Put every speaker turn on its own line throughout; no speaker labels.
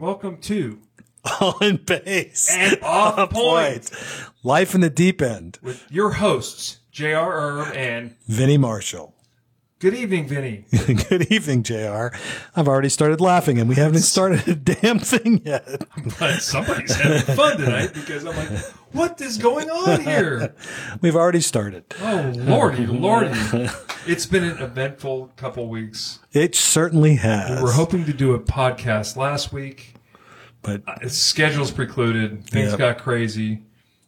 welcome to
All in base.
And Off Point.
Life in the deep end.
with your hosts, J.R. Erb and
Vinny Marshall.
good evening, Vinny.
Good evening, JR. I've already started laughing and we haven't started a damn thing yet.
But somebody's having fun tonight because I'm like, what is going on here?
We've already started.
Oh, lordy, lordy. It's been an eventful couple weeks.
It certainly has.
We were hoping to do a podcast last week.
but
Uh, Schedules precluded. Things
Yep.
got crazy.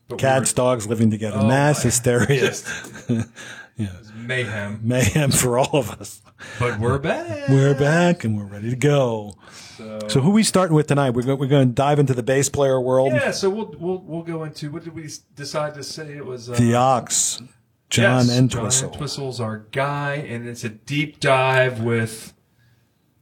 But we Oh,
cats, dogs living together, mass
my-
hysteria,
were just mayhem.
mayhem for all of us.
But we're back.
We're back and we're ready to go.
So,
So, who we starting with tonight? We're, go- we're going to dive into the bass player world.
yeah, so we'll, we'll we'll go into what did we s- decide to say? It was uh,
The Ox, John
Yes,
Entwistle.
John Entwistle's our guy, and it's a deep dive with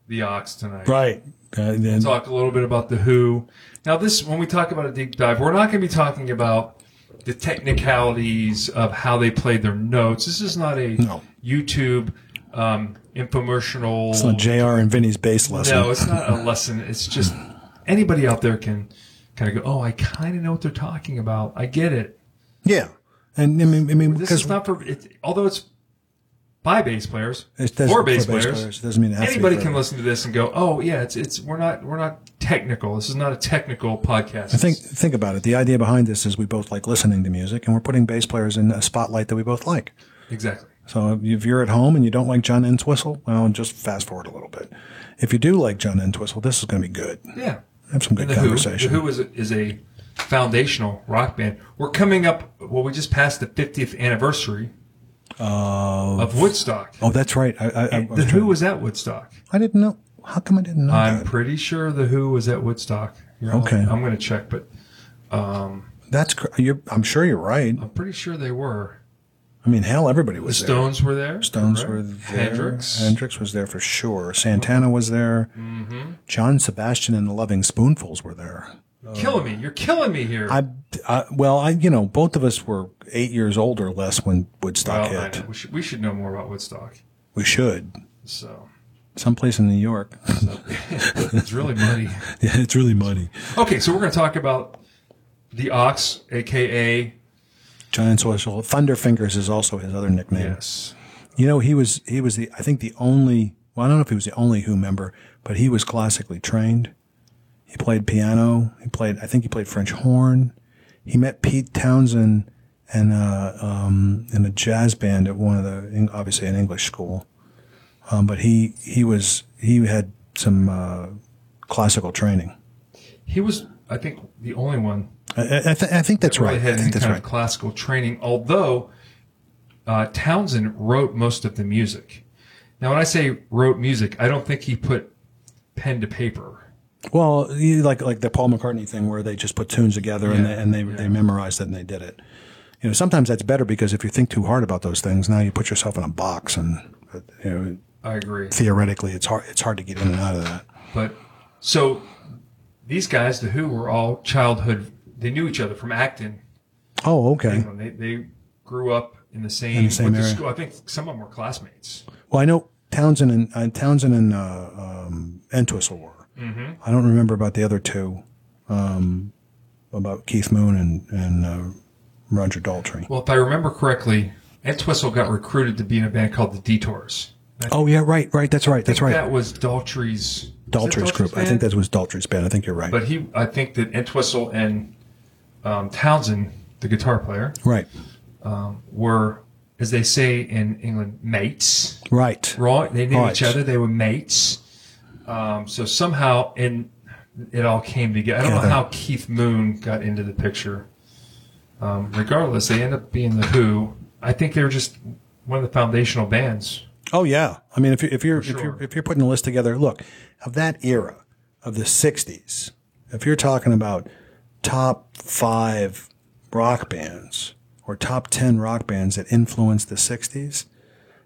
the Ox tonight.
Right. Uh, then-
Talk a little bit about the Who. Now, this when we talk about a deep dive, we're not going to be talking about the technicalities of how they played their notes. This is not a
No.
YouTube um, infomercial.
It's not JR and Vinny's bass lesson.
Um, No, it's not a lesson. It's just anybody out there can kind of go, "Oh, I kind of know what they're talking about. I get it."
Yeah. And I mean, I mean,
This
because
is not for it, although it's by bass players
It doesn't-
or
for
bass
bass
players.
players, it doesn't mean it has to be
anybody
for-
can listen to this and go, "Oh yeah, it's it's we're not we're not technical. This is not a technical podcast."
I think think about it. The idea behind this is we both like listening to music, and we're putting bass players in a spotlight that we both like.
exactly.
So if you're at home and you don't like John Entwistle, well, just fast forward a little bit. If you do like John Entwistle, this is going to be good.
Yeah,
Have some good
and the Who, the
conversation.
Who is a, is a foundational rock band. We're coming up. Well, we just passed the 50th anniversary of Woodstock.
oh, that's right. I, I, I, I,
the Who was at Woodstock.
I didn't know. How come I didn't know
I'm
that?
pretty sure the Who was at Woodstock. You know,
Okay.
I'm going to check, but
That's. cr- You're, I'm sure you're right.
I'm pretty sure they were.
I mean, hell, everybody was there.
Stones were there.
Stones
correct?
were there.
Hendrix.
Hendrix was there for sure. Santana was there.
Mm-hmm.
John Sebastian and the Loving Spoonfuls were there.
killing me. You're killing me here.
uh, I, I well, I you know, both of us were eight years old or less when Woodstock
Well, I
hit.
know. We, should, we should know more about Woodstock.
We should
So,
someplace in New York.
so- it's really muddy.
yeah, it's really muddy.
Okay, so we're going to talk about the Ox, aka
Giant Social Thunderfingers is also his other nickname.
yes,
You know, he was he was the I think the only well, I don't know if he was the only Who member, but he was classically trained. He played piano. He played I think he played French horn. He met Pete Townsend and uh, um, in a jazz band at one of the in- obviously an English school, um, but he he was he had some uh, classical training.
he was. I think the only one
I, I, I th- I think that's
really
right.
had
I
any
think
kind
that's
of
right.
classical training. Although uh, Townsend wrote most of the music. Now, when I say wrote music, I don't think he put pen to paper.
Well, you- like like the Paul McCartney thing where they just put tunes together and
Yeah,
they, and they, they memorized it and they did it. You know, sometimes that's better because if you think too hard about those things, now you put yourself in a box and uh, you know,
I agree.
theoretically it's hard it's hard to get in and out of that.
But so these guys, the Who, were all childhood. They knew each other from Acton.
Oh, okay.
They, they grew up in the same,
the same
with the
area.
school. I think some of them were classmates.
Well, I know Townsend and uh, Townsend and uh, um, Entwistle were. I don't remember about the other two, um, about Keith Moon and and uh, Roger Daltrey.
Well, if I remember correctly, Entwistle got recruited to be in a band called the Detours. I think
Oh yeah, right, right. That's right. That's right.
That was Daltrey's was that
Daltrey's group. I
band?
think that was Daltrey's band. I think you're right.
But he, I think that Entwistle and um, Townsend, the guitar player,
right.
were, as they say in England, mates.
Right.
Raw. They knew
Right.
each other. They were mates. Um, so somehow, and it all came together. I don't know
Together.
how Keith Moon got into the picture. Um, regardless, they end up being the Who. I think they were just one of the foundational bands.
Oh yeah. I mean, if you're if you're if
sure.
you're if you're putting a list together, look of that era of the '60s. If you're talking about top five rock bands or top ten rock bands that influenced the '60s,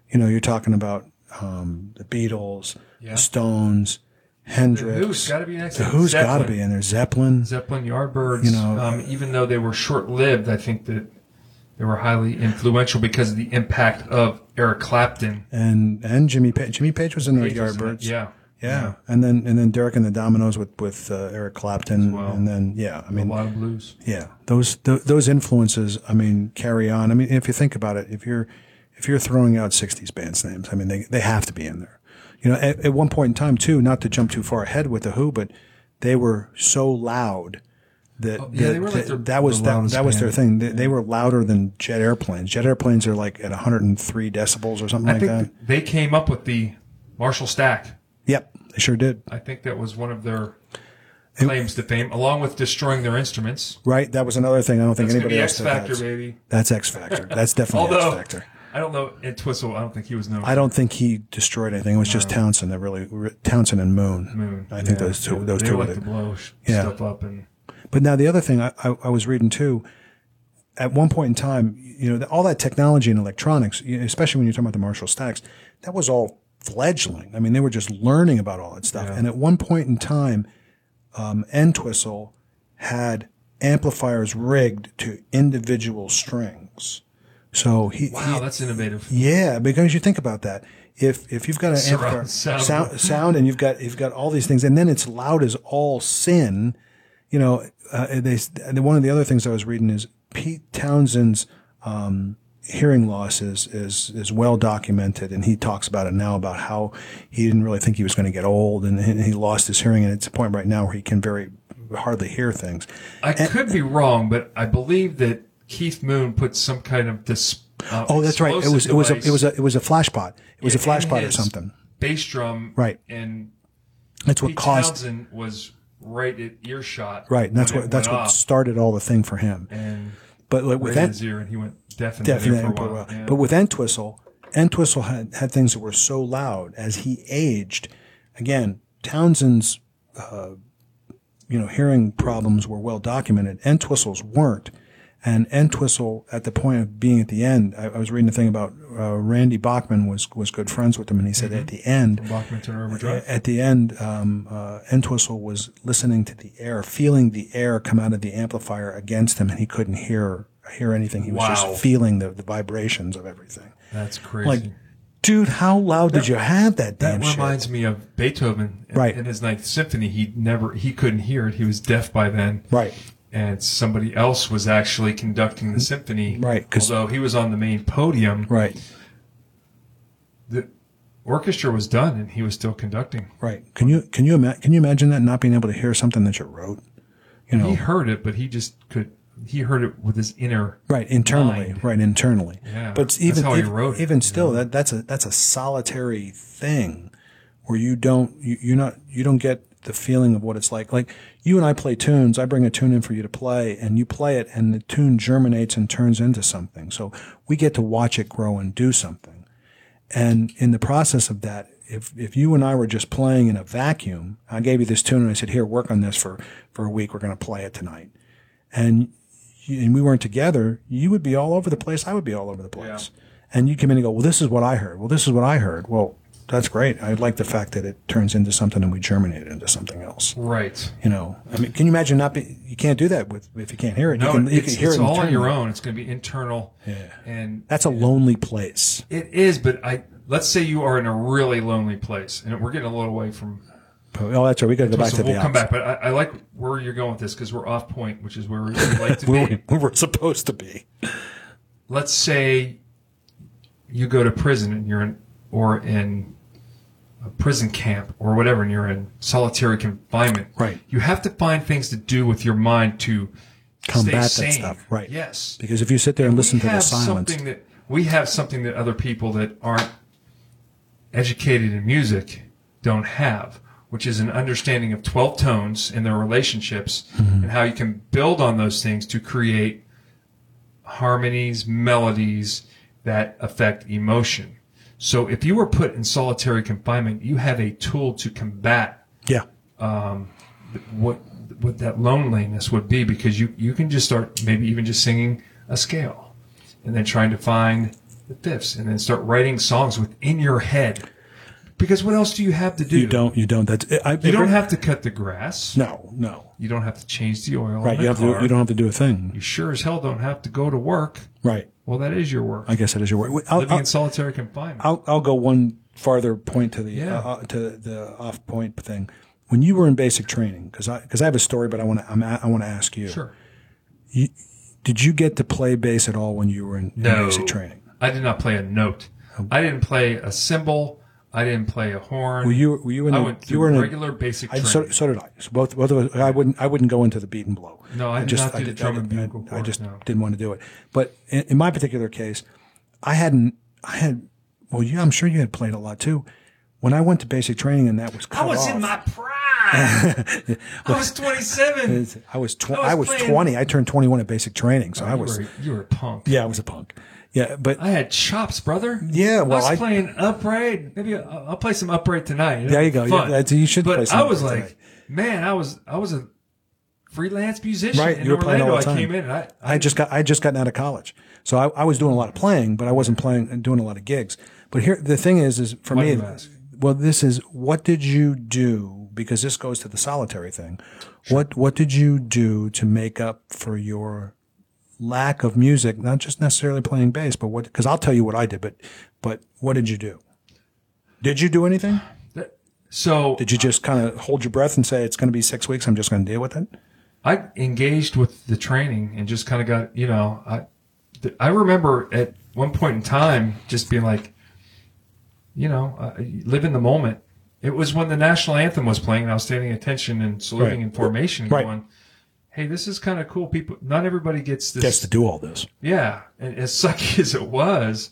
you know, you're talking about um, the Beatles,
Yeah.
the Stones,
Who's
Hendrix.
got to be next?
The Who's got to be in there? Zeppelin.
Zeppelin, Yardbirds.
You know-
um, even though they were short-lived, I think that they were highly influential because of the impact of Eric Clapton.
and and Jimmy Page. Jimmy Page was in the
Page was in it,
Yardbirds.
yeah.
Yeah. and then and then Derek and the Dominoes with with uh, Eric Clapton,
well.
and then yeah, I
A
mean,
lot of blues.
yeah, those th- those influences. I mean, carry on. I mean, if you think about it, if you're if you're throwing out '60s bands names, I mean, they they have to be in there. You know, at, at one point in time too. Not to jump too far ahead with the Who, but they were so loud that
Oh, yeah,
that,
they were like
that-
their-
that was
the
that,
loudest
that was their
band.
thing. They, they were louder than jet airplanes. Jet airplanes are like at 103 decibels or something
I
like
think
that.
th- they came up with the Marshall Stack.
yep, they sure did.
I think that was one of their claims to fame, along with destroying their instruments.
Right, that was another thing. I don't think
It's gonna
anybody
be
else
X
did
Factor,
that.
baby.
That's X Factor. That's definitely
Although
X Factor.
I don't know, and Twistle, I don't think he was known.
I don't think he destroyed anything. It was just Townsend that really Townsend and Moon.
Moon.
I think
Yeah.
those two.
They-
Those
they
two. Were
like
the-
to blow sh-
Yeah.
stuff up and
But now the other thing I, I, I was reading too. At one point in time, you know, all that technology and electronics, you- especially when you're talking about the Marshall stacks, that was all fledgling. I mean, they were just learning about all that stuff. And at one point in time, um, Entwistle had amplifiers rigged to individual strings. So he, he-
wow, that's innovative.
Yeah, because you think about that. If if you've got an
Surround
amplifier
sound.
sound, sound, and you've got you've got all these things, and then it's loud as all sin. You know, uh, they and one of the other things I was reading is Pete Townsend's um, hearing loss is is is well documented, and he talks about it now about how he didn't really think he was going to get old, and, and he lost his hearing, and it's a point right now where he can very hardly hear things.
I could be wrong, but I believe that Keith Moon put some kind of dis. uh,
Oh, that's right. It was it
explosive
was a,
device
it was a it was a flash pod. It was a flash
in
pod or
his
something.
Bass drum,
Right.
And
That's what
Pete
caused
Townsend was right at earshot.
Right, and that's
when it
what that's
went
what
off,
started all the thing for him.
and
But like
with
with Ent,
his ear, and he went deaf and
definitely,
there for a
but,
while. Yeah.
but with Entwistle, Entwistle had had things that were so loud as he aged. Again, Townsend's uh, you know hearing problems were well documented. Entwistle's weren't, and Entwistle at the point of being at the end, I, I was reading a thing about uh, Randy Bachman was was good friends with him, and he
Mm-hmm.
said at the end,
Bachman Turner Overdrive.
at the end, um, uh, Entwistle was listening to the air, feeling the air come out of the amplifier against him, and he couldn't hear hear anything. He was
Wow.
just feeling the, the vibrations of everything.
That's crazy.
Like, dude, how loud did you have that damn
That
shit?
reminds me of Beethoven in,
Right.
in his Ninth Symphony. He never he couldn't hear it. He was deaf by then.
right,
And somebody else was actually conducting the symphony.
Right, 'cause-
Although he was on the main podium,
right,
the orchestra was done and he was still conducting.
right. Can you can you ima- can you imagine that not being able to hear something that you wrote? You know,
He heard it, but he just could. He heard it with his inner.
Right internally,
mind.
right internally.
Yeah,
but
that's
even
how he
even,
wrote it,
even still, that that's a that's a solitary thing where you don't you, you're not you don't get the feeling of what it's like. Like you and I play tunes. I bring a tune in for you to play, and you play it, and the tune germinates and turns into something. So we get to watch it grow and do something. And in the process of that, if, if you and I were just playing in a vacuum, I gave you this tune and I said, here, work on this for, for a week. We're going to play it tonight. And, you, and we weren't together. You would be all over the place. I would be all over the place. And you come in and go, well, this is what I heard. Well, this is what I heard. Well, that's great. I like the fact that it turns into something and we germinate it into something else.
Right.
You know, I mean, can you imagine not be, you can't do that with, if you can't hear it.
No,
you can, you
it's,
can hear
it's
it
all on
internally.
your own. It's going to be internal. Yeah. And
That's a lonely place.
it is. But I let's say you are in a really lonely place, and we're getting a little away from
Oh, that's right. We got to go back
So
to
we'll
the
come
ox.
back, but I, I like where you're going with this because we're off point, which is where we like to
Where we,
be.
where we're supposed to be.
Let's say you go to prison and you're in, or in a prison camp or whatever, and you're in solitary confinement.
Right.
You have to find things to do with your mind to
Combat that
stay sane.
stuff, right.
Yes.
Because if you sit there and listen
We
to the
have
silence,
something that we have something that other people that aren't educated in music don't have, which is an understanding of 12 tones and their relationships
Mm-hmm.
and how you can build on those things to create harmonies, melodies that affect emotion. So if you were put in solitary confinement, you have a tool to combat
yeah,
what what that loneliness would be because you you can just start maybe even just singing a scale and then trying to find the fifths and then start writing songs within your head because what else do you have to do
you don't, you don't. That's I,
you don't have to cut the grass
No, no.
you don't have to change the oil
Right.
in the
You have
car.
to. You don't have to do
You
a thing.
sure as hell don't have to go to work
Right.
well that is your work
I guess that is your word. I'll,
living
I'll,
in solitary confinement
I'll, I'll go one farther point to the
Yeah.
uh, to the off point thing. When you were in basic training, because I because I have a story, but I want to I'm, a- I want to ask you.
Sure.
Did you get to play bass at all when you were in, in
No.
basic training?
I did not play a note. I didn't play a cymbal. I didn't play a horn.
Were you were you in
I
a-
went
you
through
were in a,
regular basic
I,
training.
so, so did I. So both, both of us. I wouldn't. I wouldn't go into the beat and blow.
No, I did not do the drum and
I-
bugle
I,
chorus,
just
no.
didn't want to do it. But in, in my particular case, I hadn't. I had. Well, yeah, I'm sure you had played a lot too. When I went to basic training and that was cut
I was
off,
in my prime. I was 27.
it's- I was tw-
I
I
was
was,
playing-
20. I turned 21 at basic training, so I
You
was.
were, you were a punk.
Yeah, I was a punk. Yeah, but
I had chops, brother.
Yeah, well,
I
I-
was playing upright. Maybe I'll, I'll play some upright tonight.
There you go. Yeah,
Fun.
that's- you should
But
play some
I was
upright
like, man, I was I was a freelance musician.
Right,
in
you were playing
Orlando.
all the
I
time.
came in. And I,
I just got I had just gotten out of college, so I, I was doing a lot of playing, but I wasn't playing and doing a lot of gigs. But here, the thing is, is for
Why
me,
do you ask?
well, this is what did you do? Because this goes to the solitary thing. What what did you do to make up for your lack of music? Not just necessarily playing bass, but what? Because I'll tell you what I did, but but what did you do? Did you do anything?
that- so
Did you just kind of hold your breath and say it's going to be six weeks? I'm just going to deal with it.
I engaged with the training and just kind of got, you know, I, th- I remember at one point in time just being like, you know, uh, live in the moment. It was when the national anthem was playing and I was standing at attention and saluting
Right.
in formation and
Right.
going, Hey, this is kind of cool. People, not everybody gets this.
Gets to do all this.
Yeah. And as sucky as it was,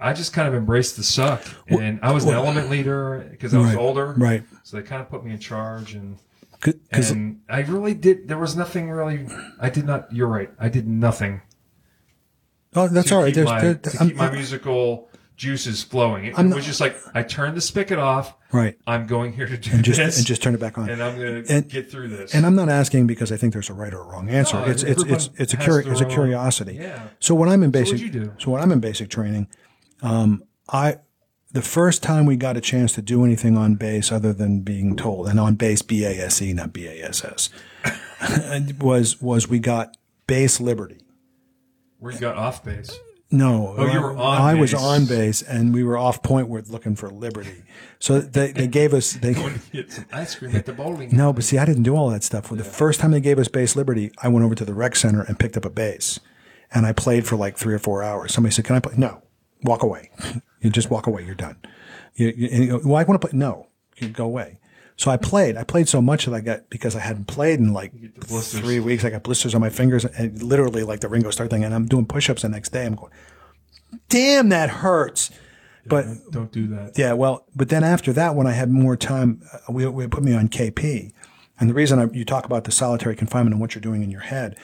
I just kind of embraced the suck and I was the element leader because I was
Right.
older.
Right.
So they kind of put me in charge and
Because
and I really did. There was nothing really. I did not. You're right. I did nothing.
oh, that's
to
all right.
Keep
There's,
my,
there-
to keep
I'm-
my musical juices flowing. It,
I'm
was
not-
just like I turned the spigot off.
Right.
I'm going here to do
just
this,
and just turn it back on.
and I'm going to
and-
get through this.
And I'm not asking because I think there's a right or a wrong answer.
No,
it's it's it's
everyone
it's a
has
curi-
their
it's a
own-
curiosity.
yeah.
So when I'm in basic,
you do?
so when I'm in basic training, um, I the first time we got a chance to do anything on base other than being told, and on base B A S E, not B A S S, was was we got base liberty.
Where you got off base.
No,
Oh, you were on
I was
base.
on base, and we were off point. We're looking for liberty, so they, they gave us they
Get some ice cream at the bowling.
No, but see, I didn't do all that stuff. Well, The first time they gave us bass liberty, I went over to the rec center and picked up a bass, and I played for like three or four hours. Somebody said, "Can I play?" No, walk away. you just walk away. You're done. You, you, and you go, well, I want to play. No, you go away. So I played. I played so much that I got because I hadn't played in like
the blisters.
three weeks. I got blisters on my fingers and literally like the Ringo Starr thing. And I'm doing push-ups the next day. I'm going, damn, that hurts. But
Don't do that.
yeah, well, but then after that, when I had more time, uh, we, we put me on KP. And the reason I, you talk about the solitary confinement and what you're doing in your head,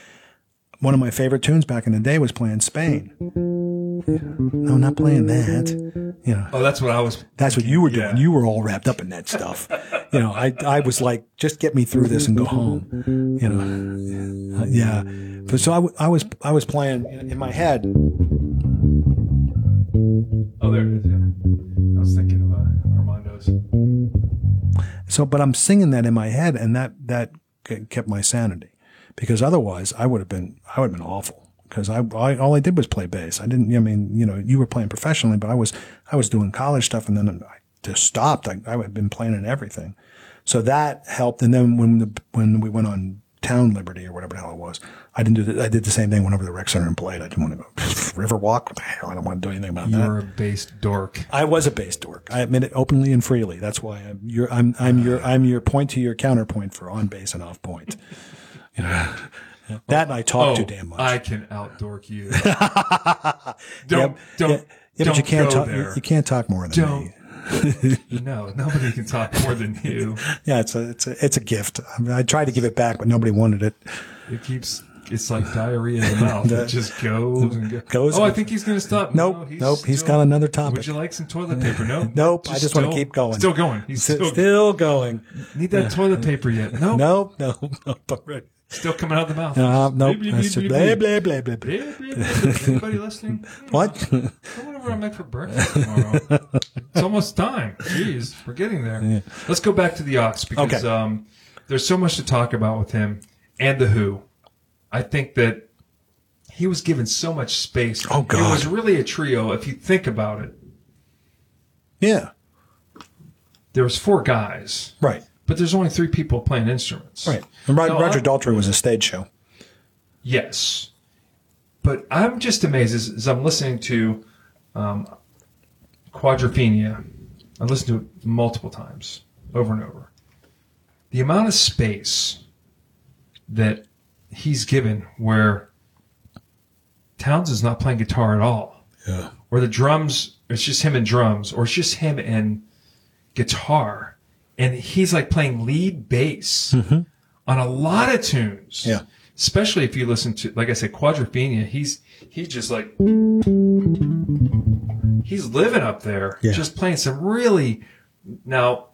one of my favorite tunes back in the day was playing Spain. No, I'm not playing that. You know,
Oh, that's what I was.
that's what you were
Yeah.
doing. You were all wrapped up in that stuff. you know, I, I was like, just get me through this and go home. You know, Uh, yeah. But so I, w- I was I was playing in in my head.
Oh, there it is. Yeah. I was thinking of uh, Armando's.
So, but I'm singing that in my head, and that that ke- kept my sanity, because otherwise I would have been I would have been awful. Because I, I all I did was play bass. I didn't. I mean, you know, you were playing professionally, but I was I was doing college stuff, and then I just stopped. I, I had been playing in everything, so that helped. And then when the when we went on town liberty or whatever the hell it was, I didn't do the, I did the same thing. Went over to the rec center and played. I didn't want to go Riverwalk. What the hell? I don't want to do anything about that.
You're a bass dork.
I was a base dork. I admit it openly and freely. That's why I'm your I'm I'm your I'm your point to your counterpoint for on base and off point. You know, that and Oh, I talk too damn much.
Oh, I can outdork you. don't don't.
yeah, yeah,
don't
but you can't
go
talk. You,
there.
you can't talk more than
Don't.
me.
no, nobody can talk more than you.
Yeah, it's a it's a it's a gift. I, mean, I tried to give it back, but nobody wanted it.
It keeps. It's like diarrhea in the mouth. It just goes and go-
Goes
Oh, I
and-
think he's going to stop.
Nope,
No, he's
nope. He's
still-
got another topic.
Would you like some toilet paper? No.
Nope, I just wanna
still-
keep going.
Still going. He's
Still,
still,
still going.
need that toilet paper yet? Nope.
Nope, nope, nope. I'm ready.
Still coming out of the mouth.
Uh, nope.
Bleep, bleep,
That's
bleep,
just
bleep,
blah,
bleep.
blah, blah, blah, blah.
Bleep, bleep, bleep. Anybody listening? Hmm,
What?
I wonder what I make for breakfast tomorrow. it's almost time. Jeez, we're getting there. Let's go back to the Ox because
Okay.
um, there's so much to talk about with him and the Who. I think that he was given so much space.
Oh,
It
God.
was really a trio if you think about it.
Yeah.
There was four guys,
Right.
but there's only three people playing instruments.
Right. And Rod,
No,
Roger
I-
Daltrey was a stage show.
Yes. But I'm just amazed as, as I'm listening to um, Quadrophenia. I listened to it multiple times, over and over. The amount of space that he's given where Towns is not playing guitar at all,
Yeah.
or the drums, it's just him and drums, or it's just him and guitar. And he's like playing lead bass on a lot of tunes
Yeah.
especially if you listen to like i said quadrophenia he's he's just like he's living up there
Yeah.
just playing some really now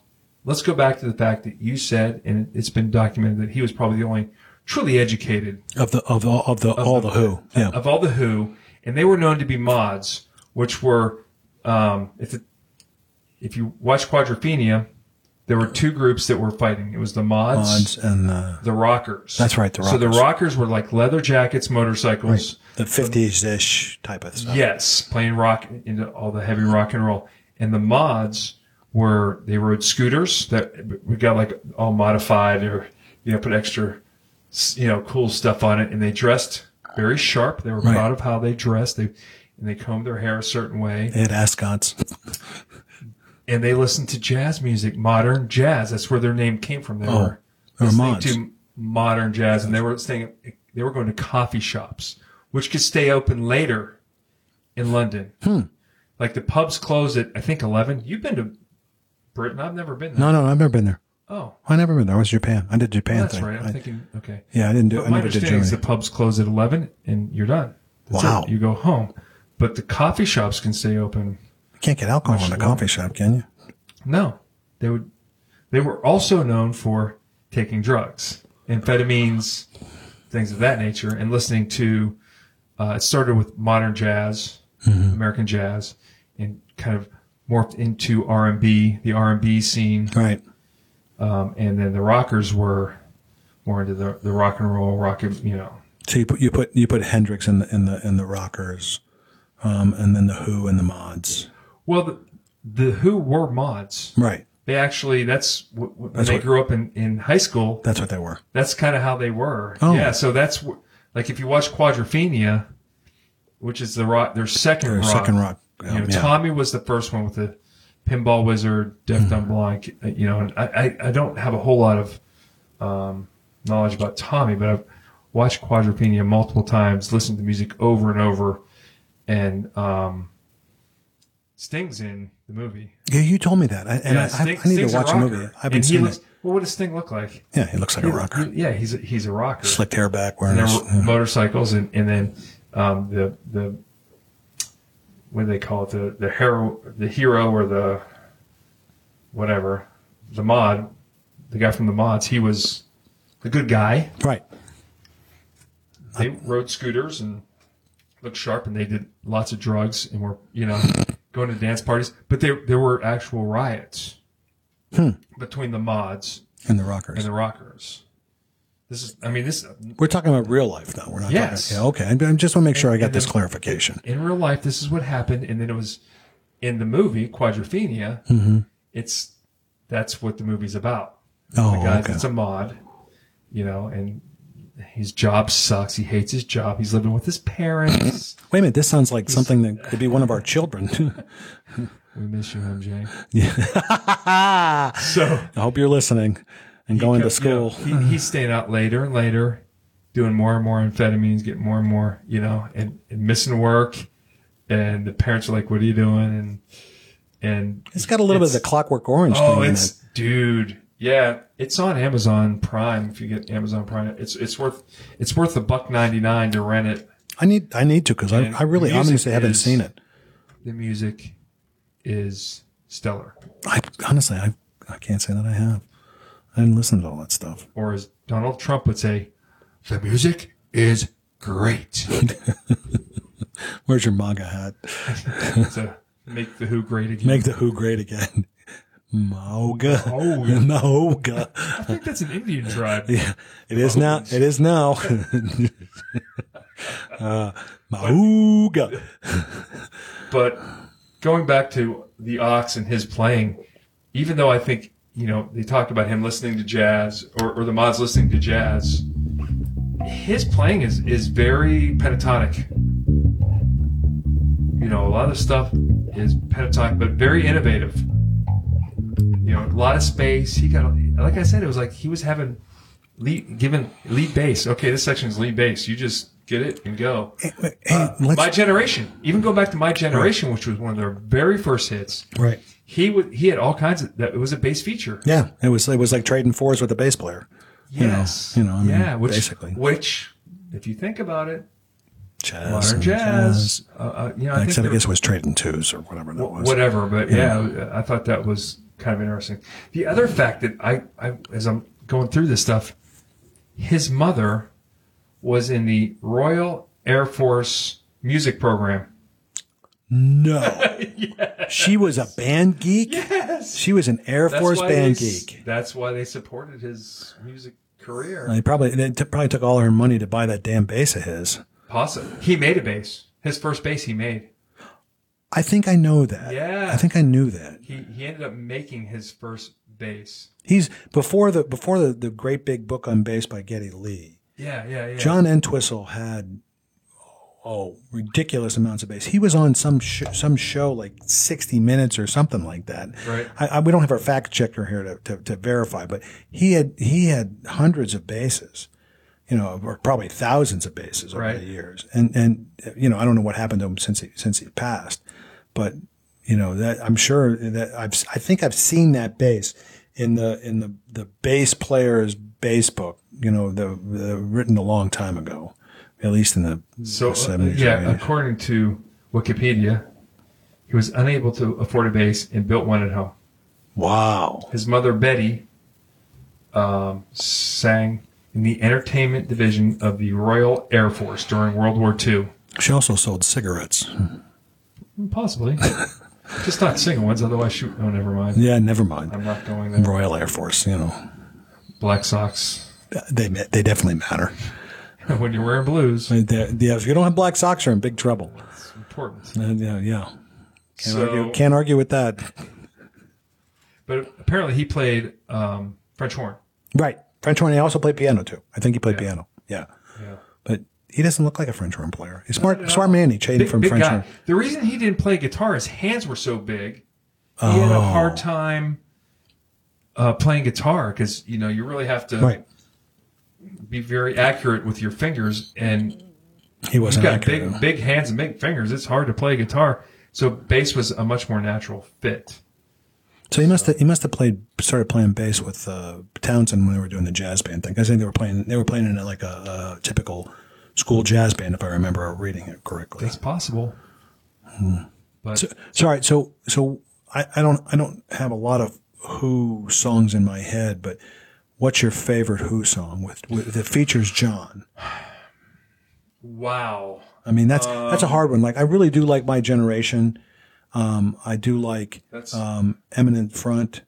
let's go back to the fact that you said and it's been documented that he was probably the only truly educated
Of the of all of the all the Who. Yeah.
of all the who and they were known to be mods which were um, if it, if you watch quadrophenia there were two groups that were fighting it was the
Odds and uh,
the rockers.
That's right, the
So the
rockers.
rockers were like leather jackets, motorcycles.
the fifties ish type of stuff.
Yes, playing rock into all the heavy rock and roll. And the mods were they rode scooters that we got like all modified or you know put extra you know cool stuff on it, and they dressed very sharp. They were
Right.
proud of how they dressed. They and they combed their hair a certain way,
They had ascots.
and they listened to jazz music, modern jazz. That's where their name came from.
Oh.
They were
they were
listening
mods.
to modern jazz, and they were staying. They were going to coffee shops, which could stay open later in London.
Hmm.
Like the pubs close at I think eleven. You've been to Britain? I've never been. There.
No, no, I've never been there.
Oh,
I never been there. I was in Japan. I did Japan
that's
thing.
right. I'm
I-
thinking okay.
yeah, I didn't do.
But
I
my
never did
understanding
Germany.
is the pubs close at eleven, and you're done. That's
Wow.
it. You go home, but the coffee shops can stay open.
You can't get alcohol in a coffee shop, can you?
No, they would. They were also known for taking drugs, amphetamines, things of that nature, and listening to. Uh, it started with modern jazz,
Mm-hmm.
American jazz, and kind of morphed into R and B, the R and B scene,
Right.
um, and then the rockers were more into the, the rock and roll, rock, and- you know,
So you put you put you put Hendrix in the in the in the rockers, um, and then the Who and the mods.
well, the, the Who were mods.
Right.
They actually, that's wh- wh- when
That's
they
what-
grew up in, in high school.
That's what they were.
That's kind of how they were.
Oh.
Yeah. So that's wh- like if you watch Quadrophenia, which is the rock, their second
Their
rock.
second rock.
You know,
um, yeah.
Tommy was the first one with the Pinball Wizard,
Hmm.
Deaf Dumb Blind. uh, You know, and I, I, I don't have a whole lot of um, knowledge about Tommy, but I've watched Quadrophenia multiple times, listened to music over and over, and um, Sting's in the movie.
Yeah, you told me that, I, and I, I, I need to
Sting's
watch a
rocker.
movie. I've
And
been
he
seeing
looks,
it.
Well, what does Sting look like?
Yeah, he looks like a rocker.
Yeah, he's a, he's a rocker
Slicked hair back,
and
wearing
there
his,
were motorcycles and, and then um, the the what do they call it the the hero the hero or the whatever the mod the guy from the mods he was the good guy
right.
they rode scooters and looked sharp and they did lots of drugs and were you know going to dance parties but there there were actual riots between the mods
And the rockers.
and the rockers this is i mean this
We're talking about real life now. We're not
Yes.
talking. Yeah, okay. I I just want to make sure I got
and
this
then-
clarification.
in real life, this is what happened, and then it was in the movie Quadrophenia.
Mm-hmm.
It's that's what the movie's about. The
Oh,
guy
okay.
that's a mod, you know, and his job sucks. He hates his job. He's living with his parents.
Wait a minute. This sounds like something that could be one of our children.
we miss you, MJ.
I
So
hope you're listening and going to
you know,
school.
he, he's staying out later and later, doing more and more amphetamines, getting more and more, you know, and, and missing work. And the parents are like, "What are you doing?" And and
It's got a little bit of the
it's-
Clockwork Orange
Oh,
thing in
it's
it.
dude. Yeah, it's on Amazon Prime. If you get Amazon Prime, it's it's worth it's worth a buck ninety nine to rent it.
I need I need to because I,
And
I really
music
honestly haven't
is-
seen it.
The music is stellar,
I honestly I I can't say that I have. I didn't listen to all that stuff.
or as Donald Trump would say, the music is great.
Where's your MAGA hat?
to make the Who great again.
Make the Who great again. Moga.
Oh.
Moga.
I think that's an Indian tribe.
Yeah, it is now. It is now. uh, Mauga.
But going back to the Ox and his playing, even though I think you know they talked about him listening to jazz or, or the mods listening to jazz, his playing is is very pentatonic. You know, a lot of the stuff is pentatonic, but very innovative. You know, a lot of space. He got like I said, it was like he was having lead given lead bass. Okay, this section is lead bass. You just get it and go.
Hey, hey, let's,
My generation, even go back to my generation, which was one of their very first hits.
right.
He would he had all kinds of that. It was a bass feature.
Yeah, it was it was like trading fours with a bass player. know,
Yes,
you know, I mean,
yeah, which,
basically.
which, if you think about it,
Jazz,
modern
and
jazz, Uh, uh, you know, I think
Except I
there-
guess it was trading twos or whatever that was.
whatever. But yeah. I thought that was kind of interesting. The other fact that I, I, as I'm going through this stuff, his mother was in the Royal Air Force music program.
No, she was a band geek.
Yes,
She was an Air Force band
they,
geek.
That's why they supported his music career.
They probably they t- probably took all her money to buy that damn bass of his.
Possibly, he made a bass. His first bass he made.
I think I know that.
Yeah.
I think I knew that.
He he ended up making his first bass.
He's before the before the, the great big book on bass by Getty Lee.
Yeah, yeah, yeah.
John Entwistle had oh ridiculous amounts of bass. He was on some sh- some show like sixty minutes or something like that.
Right.
I, I, we don't have our fact checker here to, to, to verify, but he had he had hundreds of bases, you know, or probably thousands of bases over
Right.
the years. And and uh, you know, I don't know what happened to him since he since he passed, but you know that I'm sure that I've s- I think I've seen that bass in the in the the bass player's bass book, you know, the, the written a long time ago, at least in the
So,
the
uh,
70s or
yeah,
80s.
according to Wikipedia, he was unable to afford a base and built one at home.
Wow.
His mother, Betty, um, sang in the entertainment division of the Royal Air Force during World War II.
She also sold cigarettes.
Possibly. Just not single ones, otherwise, shoot. Oh, never mind.
Yeah, never mind.
I'm not going there.
Royal Air Force, you know,
Black socks
they ma- they definitely matter.
when you're wearing blues.
They- they- yeah, if you don't have black socks, you're in big trouble.
It's important.
Uh, yeah, yeah. Can't,
So-
argue, can't argue with that.
But apparently, he played um, French horn.
Right. French horn. He also played piano too. I think he played piano. Yeah,
Yeah.
but he doesn't look like a French horn player. He's smart, smart man. He changed
Big,
from
big
French
guy.
horn.
The reason he didn't play guitar, his hands were so big. He had
Oh.
a hard time uh, playing guitar because you know you really have to
Right.
be very accurate with your fingers, and
He
you've
wasn't
got
accurate.
big, big hands and big fingers. It's hard to play guitar. So bass was a much more natural fit.
So he must have, he must have played started playing bass with uh, Townsend when they were doing the jazz band thing. I think they were playing they were playing in like a, a typical school jazz band if I remember reading it correctly.
It's possible. But
Hmm. So, so all right, so so I, I don't I don't have a lot of Who songs in my head, but what's your favorite Who song with, with that features John?
wow,
I mean that's that's
Um,
a hard one. Like I really do like My Generation. Um, I do like
That's-
um, Eminent Front.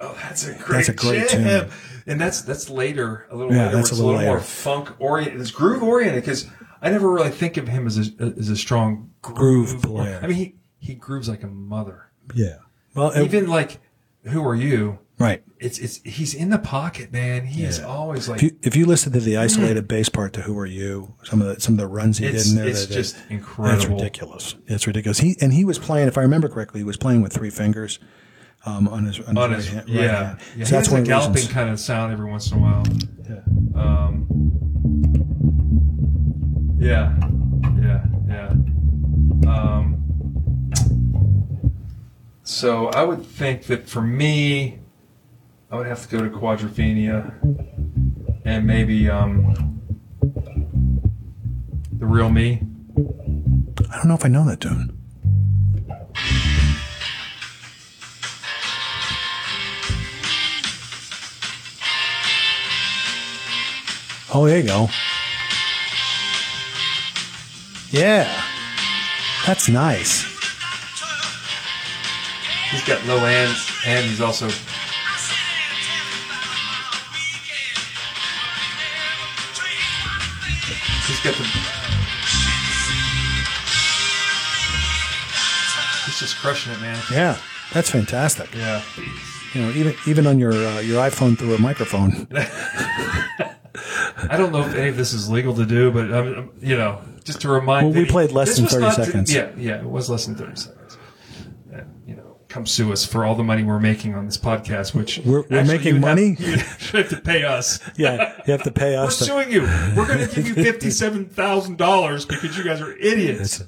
oh, that's a great,
a great
jam.
tune.
And that's that's later, a little
Yeah,
later. where
that's
it's
a
a little,
little
more
later.
funk oriented. It's groove oriented because I never really think of him as a as a strong
Groove
groove or-
player.
I mean, he he grooves like a mother.
Yeah. Well, it-
even like who are you
right.
it's it's he's in the pocket man he's
Yeah.
always like Hmm.
If you, if you listen to the isolated bass part to "Who Are You," some of the some of the runs he did
it's
in there,
it's
that- that-
just
that's
incredible
ridiculous. It's ridiculous. He and he was playing, if I remember correctly, he was playing with three fingers um, on his on,
on
his,
his
right hand.
yeah,
right
yeah.
hand.
he
So that's
has
one
a
of the
galloping
reasons.
kind of sound every once in a while um yeah yeah yeah um so i would think that for me i would have to go to quadrophenia and maybe um the real me
I don't know if I know that tune. Oh, there you go. Yeah, that's nice.
He's got low hands, and he's also he's got the. He's just crushing it, man.
Yeah, that's fantastic.
Yeah.
You know, even even on your uh, your iPhone through a microphone.
I don't know if any of this is legal to do, but um, um, you know, just to remind.
Well, we
the-
played less
this
than
was
30
not-
seconds.
Yeah, yeah, it was less than thirty seconds. And, you know, come sue us for all the money we're making on this podcast, which
We're- we're
actually
making
you'd have-
money?
you'd have to pay us.
Yeah, you have to pay
We're
us. to-
suing you. We're going to give you fifty-seven thousand dollars because you guys are idiots.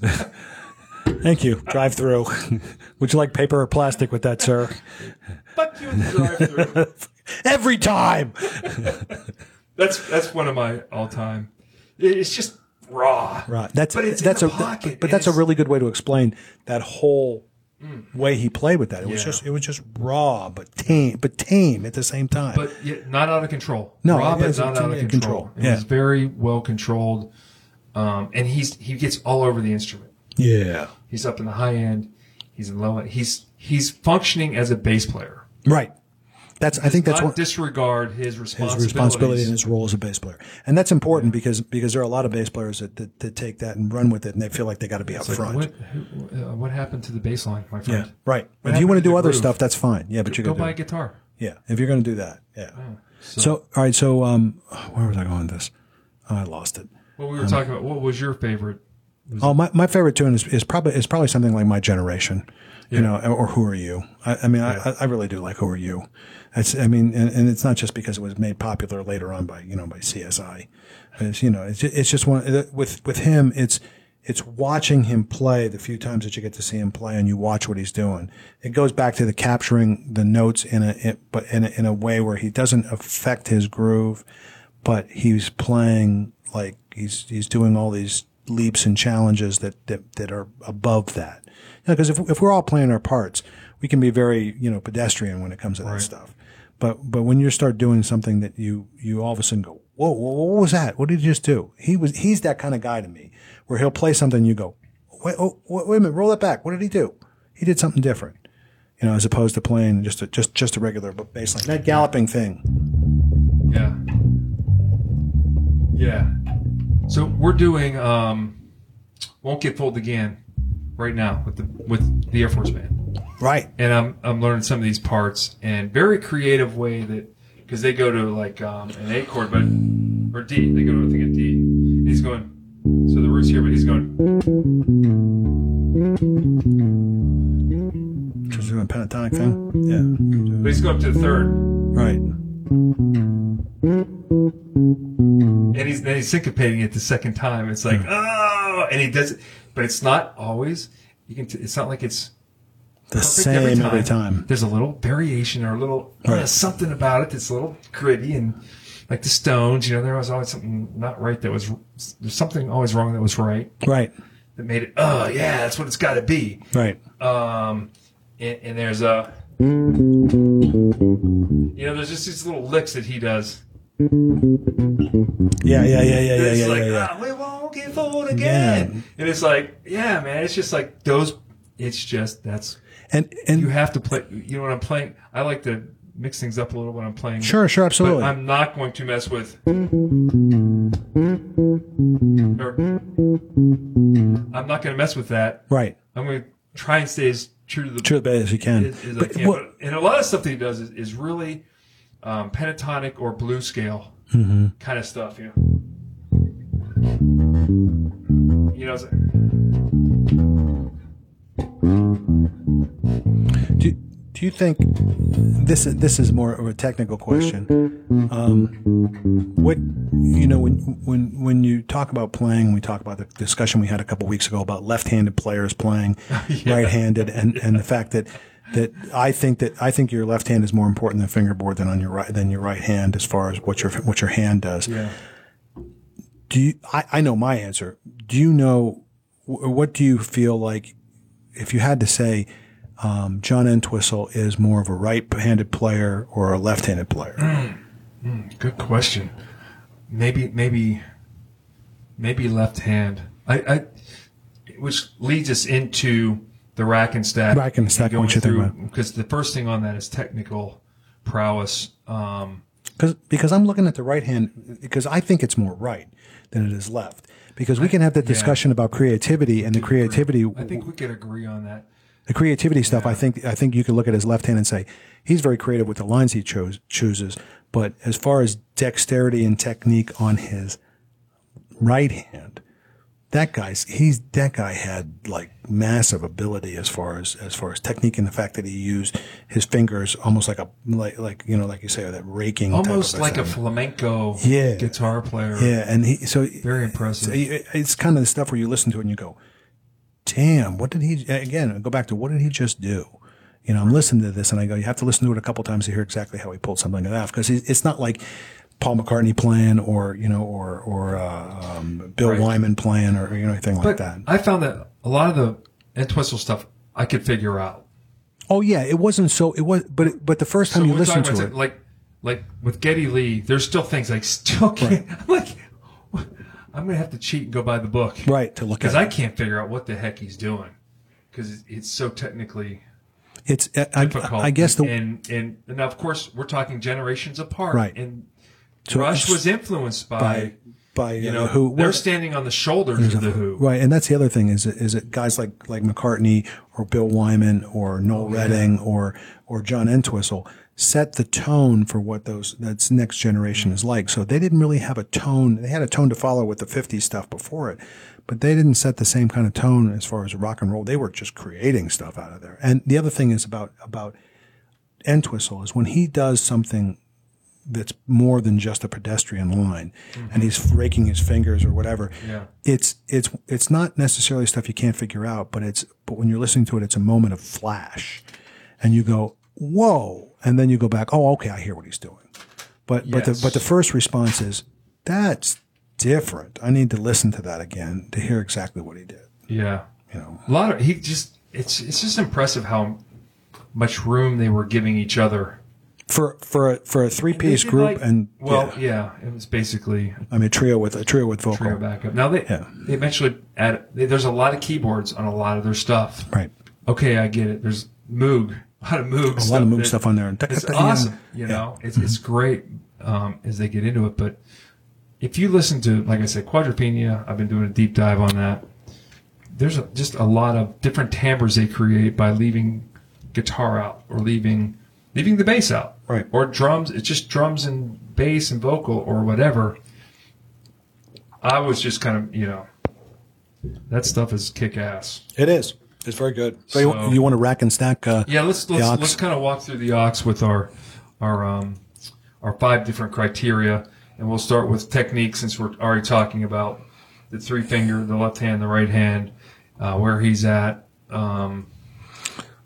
Thank you. Drive through. Would you like paper or plastic with that, sir?
Fuck you in the drive-through.
Every time.
That's that's one of my all-time. it- It's just raw.
Right. That's
But it's in
that's
the
a
pocket.
but that's a
It's- Mm.
really good way to explain that whole way he played with that. It was
Yeah.
just it was just raw but tame but tame at the same time.
but yet not out of control.
No,
Rob
it
is
isn't.
not out of
Yeah,
control.
control.
It
Yeah.
was very well controlled, um, and he's he gets all over the instrument.
yeah.
He's up in the high end. He's in low end. He's he's functioning as a bass player.
Right. That's I think that's
not
what
disregard his
his
responsibilities.
responsibility and his role as a bass player. And that's important because because there are a lot of bass players that, that, that take that and run with it and they feel like they got to be up
Like,
front.
What, who, uh, what happened to the bass line, my
yeah.
friend?
Right.
What
if you want
happened to
to do
the
other
groove?
stuff that's fine. Yeah, but you
Go
got
buy a
to
guitar.
Yeah, if you're going to do that. Yeah.
so-
so, all right, so um where was I going with this? Oh, I lost it.
What we were talking about. What was your favorite?
Oh, my, my favorite tune is, is probably is probably something like My Generation, you know, or Who Are You? I, I mean, I, I really do like Who Are You. It's, I mean, and, and it's not just because it was made popular later on by you know by CSI. It's, you know, it's just, it's just one uh, with with him. It's it's watching him play the few times that you get to see him play, and you watch what he's doing. It goes back to the capturing the notes in a in, but in a, in a way where he doesn't affect his groove but he's playing like he's he's doing all these leaps and challenges that that, that are above that. Because if if we're all playing our parts, we can be very you know pedestrian when it comes to that stuff. But but when you start doing something that you you all of a sudden go whoa, whoa what was that what did you just do he was he's that kind of guy to me where he'll play something and you go wait oh, wait wait a minute roll that back what did he do he did something different you know as opposed to playing just a, just just a regular b- bass line that galloping thing
Yeah. Yeah. So we're doing um won't get fooled again right now with the with the Air Force band.
right
And I'm I'm learning some of these parts and very creative way that because they go to like um, an A chord but or D they go to I think a D and he's going so the root's here but he's going
Just doing a pentatonic thing?
but he's going up to the third
Yeah. Right.
and he's then he's syncopating it the second time it's
Hmm.
like oh and he does it but it's not always you can t- it's not like it's
The
perfect
same every time.
There's a little variation or a little uh,
Right.
something about it that's a little gritty and like the Stones. You know, there was always something not right that was there's something always wrong that was right
Right.
that made it. Oh yeah, that's what it's got to be.
Right.
Um, and, and there's a you know there's just these little licks that he does.
Yeah, yeah, yeah, yeah, yeah,
it's
yeah,
like
yeah, yeah.
"Ah, we won't get fooled again, and it's like yeah, man, it's just like those. It's just that's
And and
you have to play. You know what I'm playing? I like to mix things up a little when I'm playing.
sure, sure,
But
absolutely.
I'm not going to mess with. Or, I'm not going to mess with that.
right.
I'm going to try and stay as true to the
True as you can.
As, as I
but
can.
what,
But- and a lot of stuff that he does is, is really um, pentatonic or blue scale
Mm-hmm.
kind of stuff. You know. You know. It's like,
do, do you think this is this is more of a technical question? Um, what you know when when when you talk about playing, we talk about the discussion we had a couple weeks ago about left-handed players playing right-handed, and and the fact that that I think that I think your left hand is more important than fingerboard than on your right than your right hand as far as what your what your hand does
yeah.
do you I, I know my answer do you know wh- what do you feel like if you had to say um, john entwistle is more of a right-handed player or a left-handed player
Good question. Maybe, maybe, maybe left hand. I, I which leads us into the rack and stack.
Rack and stack, what you think about
because the first thing on that is technical prowess. Um,
Cause, because i'm looking at the right hand because i think it's more right than it is left because we can have the discussion about creativity and the creativity
I think we could agree on that.
The creativity stuff, I think, I think you could look at his left hand and say he's very creative with the lines he chose, chooses. But as far as dexterity and technique on his right hand, that guy's he's that guy had like massive ability as far as as far as technique and the fact that he used his fingers almost like a like like you know like you say that raking type
Almost
of
like a
thing.
flamenco
Yeah.
guitar player.
yeah, and he so
Very impressive.
it- it's kind of the stuff where you listen to it and you go, "Damn, what did he?" Again, go back to what did he just do? You know, I'm listening to this and I go, "You have to listen to it a couple times to hear exactly how he pulled something off." Because it's not like Paul McCartney playing or you know or or uh, um, Bill Wyman playing or you know anything like
But
that.
I found that a lot of the Ed Twistle stuff I could figure out.
Oh yeah, it wasn't so. It was, but it, but the first time you
we're
listen
talking
to
about
it,
like like with Getty Lee, there's still things I still can't. I'm like, I'm gonna have to cheat and go buy the book,
right? To look at
Because
it.
I can't figure out what the heck he's doing, because it's so technically
it's. I, I-
difficult.
I guess the
and and and now, of course we're talking generations apart,
Right.
And Rush was influenced by,
by by
you
uh,
know
who
they're
what-
standing on the shoulders of the Who.
Right, and that's the other thing is is it guys like like McCartney or Bill Wyman or Noel Redding or or John Entwistle set the tone for what those that's next generation is like. So they didn't really have a tone. They had a tone to follow with the 50s stuff before it, but they didn't set the same kind of tone as far as rock and roll. They were just creating stuff out of there. And the other thing is about about Entwistle is when he does something that's more than just a pedestrian line and he's raking his fingers or whatever
Mm-hmm. Yeah.
it's it's it's not necessarily stuff you can't figure out but it's but when you're listening to it it's a moment of flash and you go whoa and then you go back oh okay i hear what he's doing but but the
Yes.
but the first response is that's different i need to listen to that again to hear exactly what he did
Yeah,
you know
a lot of he just it's it's just impressive how much room they were giving each other.
for for a, for a three
They
piece
did
group
like-
and
well,
yeah.
yeah. it was basically
i mean a trio with a trio with vocal
a backup. Now they
Yeah.
they eventually add. They, there's a lot of keyboards on a lot of their stuff.
right
Okay, I get it. There's Moog, a lot of Moog,
a lot
that-
of Moog
Mm-hmm.
stuff on there.
It's awesome. You know, it's it's great um, as they get into it. But if you listen to, like I said, Quadrophenia, I've been doing a deep dive on that. There's a, just a lot of different timbres they create by leaving guitar out or leaving leaving the bass out,
Right.
Or drums. It's just drums and bass and vocal or whatever. I was just kind of you know, that stuff is kick ass.
It is. It's very good. So, you,
So-
you want to rack and stack? Uh,
Yeah, let's let's,
aux.
let's kind of walk through the ox with our our um, our five different criteria, and we'll start with technique since we're already talking about the three finger, the left hand, the right hand, uh, where he's at. Um,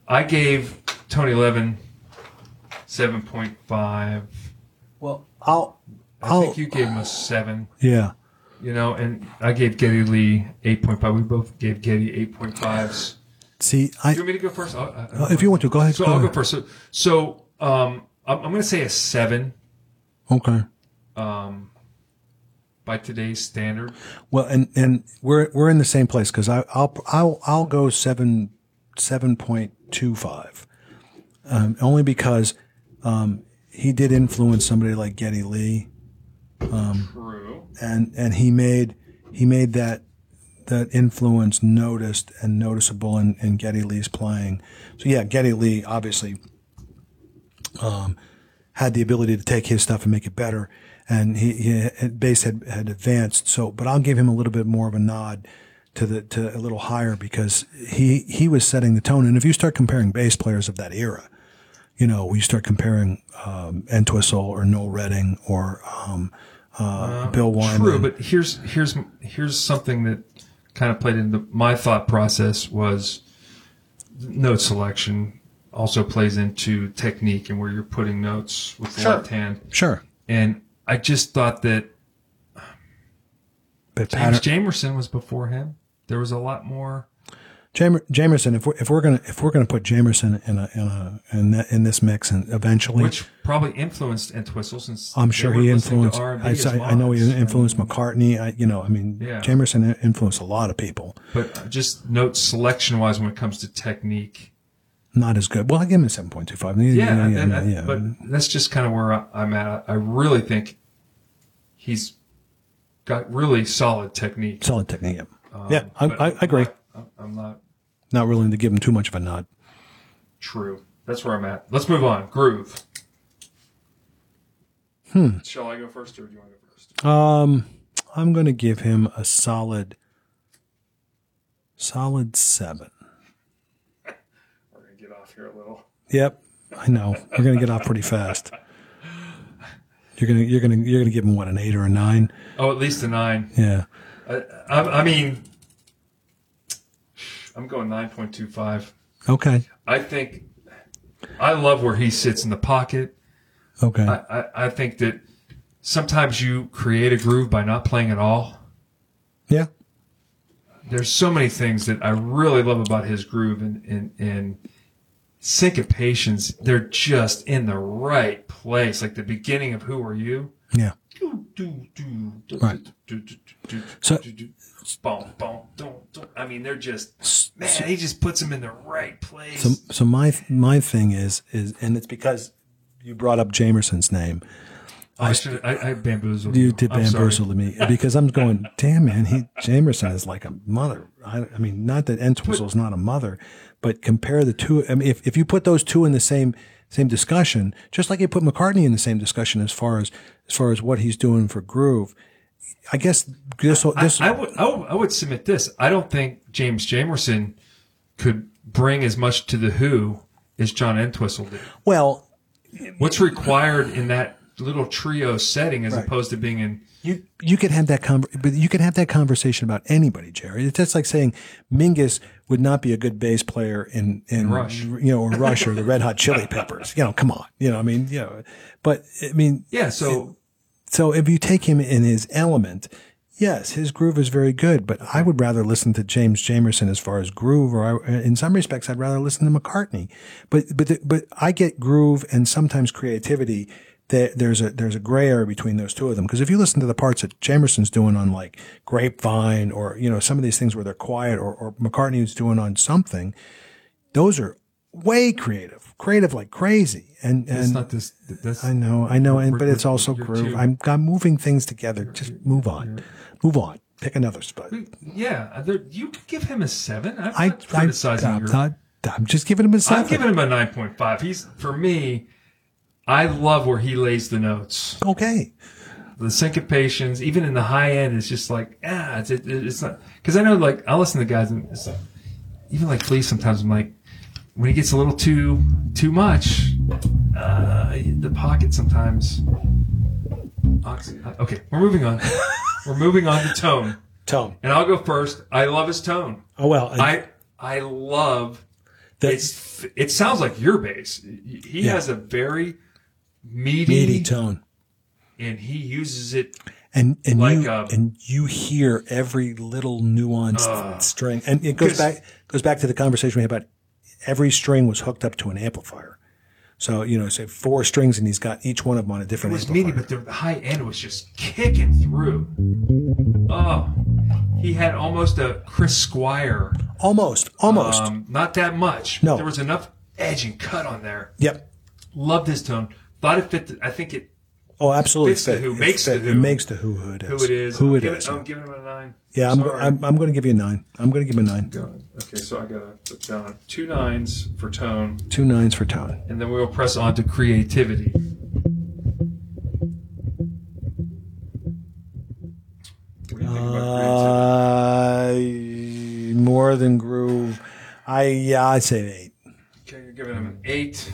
I gave Tony Levin seven point five.
Well, I'll.
I
I'll
think you gave him a seven.
yeah.
You know, and I gave Getty Lee eight point five. We both gave Getty eight point fives.
See,
Do you
I uh,
want me to go first? I'll- I-
if you want to go ahead.
So I'll go first. So, so um, I'm, I'm going to say a seven
Okay.
by today's standard.
Well, and and we're we're in the same place because I I'll I'll I'll go seven seven point two five, um, only because um, he did influence somebody like Getty Lee.
True.
and and he made he made that that influence noticed and noticeable in, in Getty Lee's playing. So yeah, Getty Lee obviously um, had the ability to take his stuff and make it better, and he, he bass had had advanced. So, but I'll give him a little bit more of a nod to the to a little higher because he he was setting the tone. And if you start comparing bass players of that era, you know, we start comparing um, Entwistle or Noel Redding or um, uh, Bill Wyman.
True, but here's here's here's something that kind of played into my thought process was note selection also plays into technique and where you're putting notes with the
Sure.
left hand.
Sure.
And I just thought that
But
James
pattern,
Jamerson was before him. There was a lot more.
Jamer, Jamerson, if we're, if we're gonna if we're gonna put Jamerson in a in a in, that, in this mix, and eventually,
Which probably influenced Entwistle since
I'm
they
sure
were
he
listening to
influenced.
R&B
I,
as
I, I know he
mods.
influenced McCartney. I, you know, I mean,
Yeah.
Jamerson influenced a lot of people.
But just note selection wise when it comes to technique.
Not as good. Well, I give him a seven point two five.
Yeah,
yeah,
and
yeah,
I-
yeah.
but that's just kind of where I- I'm at. I really think he's got really solid technique.
solid technique. Yeah, yeah I,
Uh, But
I, I agree.
I'm not- I'm not
not willing to give him too much of a nod.
True. That's where I'm at. Let's move on. Groove. Hmm. Shall I go first, or do you want to go first?
Um, I'm going to give him a solid, solid seven.
We're gonna get off here a little.
Yep, I know. We're going to get off pretty fast. You're gonna, you're gonna, you're gonna give him what an eight or a nine?
Oh, at least a nine.
Yeah.
I, I, I mean, I'm going nine point two five.
Okay.
I think I love where he sits in the pocket.
Okay.
I, I, I think that sometimes you create a groove by not playing at all.
yeah.
There's so many things that I really love about his groove and, and, and syncopations. They're just in the right place. Like the beginning of Who Are You?
Yeah.
Do, do, do, do,
Right.
do, do, do, do,
So-
do, do. Bum, bum, dum, dum. I mean, they're just, man, he just puts them in the right place.
So, so my my thing is is, and it's because you brought up Jamerson's name.
Oh, I, should, I, I bamboozled
You did
I'm sorry.
bamboozle to me because I'm going, damn man, he Jamerson is like a mother. I, I mean, not that Entwistle is not a mother, but compare the two. I mean, if, if you put those two in the same same discussion, just like you put McCartney in the same discussion as far as as far as what he's doing for groove, I guess this this
I would, I would I would submit this. I don't think James Jamerson could bring as much to the Who as John Entwistle did.
well,
What's required in that little trio setting, as opposed to being in
You you could have that conver- but you could have that conversation about anybody, Jerry. It's just like saying Mingus would not be a good bass player in in
Rush.
you know, or Rush or the Red Hot Chili Peppers. You know, come on. You know, I mean, you know, but I mean,
yeah. So
so if you take him in his element, yes, his groove is very good. But I would rather listen to James Jamerson as far as groove, or I, in some respects, I'd rather listen to McCartney. But but the, but I get groove and sometimes creativity. There, there's a there's a gray area between those two of them because if you listen to the parts that Jamerson's doing on like Grapevine or you know some of these things where they're quiet or, or McCartney's doing on something, those are way creative, creative like crazy. And and
it's not this. That's
I know, I know, and
We're-
but it's
we're-
also
you're
groove.
too-
I'm I'm moving things together. Just move on, move on. Pick another spot.
yeah. There, you could give him a seven. I'm
I,
not
I, am
criticizing your.
not. I'm just giving him a
I'm
seven.
giving him a nine point five. He's for me. I love where he lays the notes,
okay.
the syncopations, even in the high end. It's just like ah, it's, it, it's not because I know like I listen to guys and it's like, even like Flea sometimes I'm like when he gets a little too too much uh, the pocket sometimes Ox- uh, okay we're moving on we're moving on to tone
Tone.
and I'll go first I love his tone
Oh well. and
I I love
that-
it's it sounds like your bass he has a very meaty,
meaty tone.
and he uses it
And and
Like um,
you
a-
and you hear every little nuanced string, and it goes
uh, 'Cause-
back goes back to the conversation we had about every string was hooked up to an amplifier. So you know, say four strings, and he's got each one of them on a
it
different
was
amplifier.
meaty but the high end was just kicking through oh he had almost a Chris Squire
Almost, almost.
Um, not that much.
No.
There was enough edge and cut on there.
yep.
Loved his tone. Thought it fit. The, I think it
Oh, absolutely.
Fits the
Fit-
who,
it
makes the
fit-
who.
It makes the who, who it is.
who it is.
Who
I'm
it
giving,
is.
I'm giving him a nine.
yeah, I'm,
Sorry.
I'm, I'm going to give you a nine. I'm going to give you a nine.
Okay, so I got to put down two nines for tone,
Two nines for tone.
and then we'll press on to creativity. What do you think about
Uh, more than groove. I yeah, I'd say an eight.
creativity? Okay, you're giving him an eight.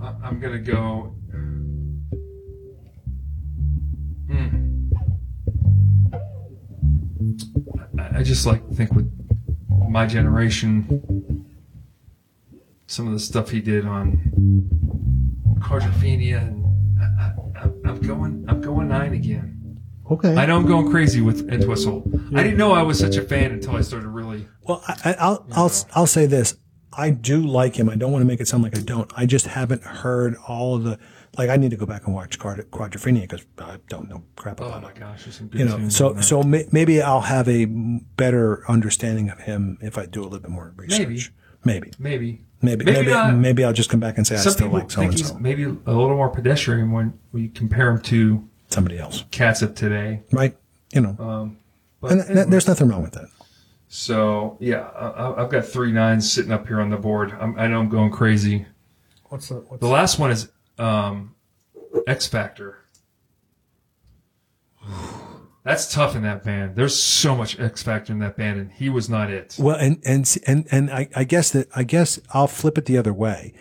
I- I'm gonna go. Hmm. I I just like to think with my generation, some of the stuff he did on Cartophrenia, and I, I, I'm- I'm going, I'm going nine again.
Okay.
I know I'm going crazy with Entwistle. I didn't know I was such a fan until I started really.
Well, I, I- I'll I'll I'll say this. I do like him. I don't want to make it sound like I don't. I just haven't heard all of the. Like I need to go back and watch Quad- Quadrophenia because I don't know crap about
Oh
it.
my gosh, there's some good
you know,
tunes
so
in there.
so may, maybe I'll have a m- better understanding of him if I do a little bit more research. Maybe,
maybe,
maybe, maybe,
Maybe
maybe,
not.
I'll just come back and say I
some
still
people
like so
think
and
he's
so,
maybe a little more pedestrian when we compare him to
somebody else,
cats of today.
right? you know,
But
and th-
anyway.
there's nothing wrong with that.
So yeah, I, I- I've got three nines sitting up here on the board. I'm, I know I'm going crazy.
What's the what's
The last one is um, X Factor. That's tough in that band. There's so much X Factor in that band, and he was not it.
Well, and and and and I, I guess that I guess I'll flip it the other way.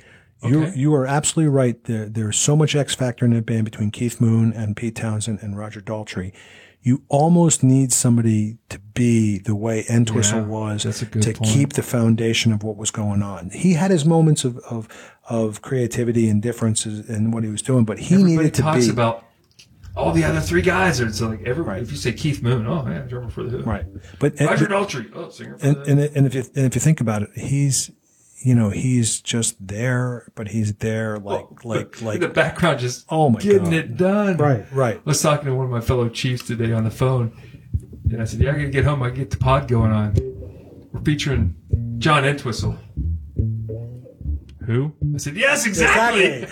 You
Okay.
you are absolutely right. There there's so much X factor in that band between Keith Moon and Pete Townsend and Roger Daltrey. You almost need somebody to be the way Entwistle
Yeah,
was
that's a good
to
point.
keep the foundation of what was going on. He had his moments of of, of creativity and differences in what he was doing, but he
Everybody
needed to
talks
be
about all the other three guys. It's like every if you say Keith Moon, oh yeah, drummer for the Who.
right. But
Roger Daltrey, oh singer for
and,
the Who.
and and if you, and if you think about it, he's you know he's just there, but he's there like like
in the
like
background, just
Oh my
getting
God.
it done.
Right, right.
I was talking to one of my fellow chiefs today on the phone, and I said, "Yeah, I gotta get home. I get the pod going on. We're featuring John Entwistle." Who? I said, "Yes, exactly."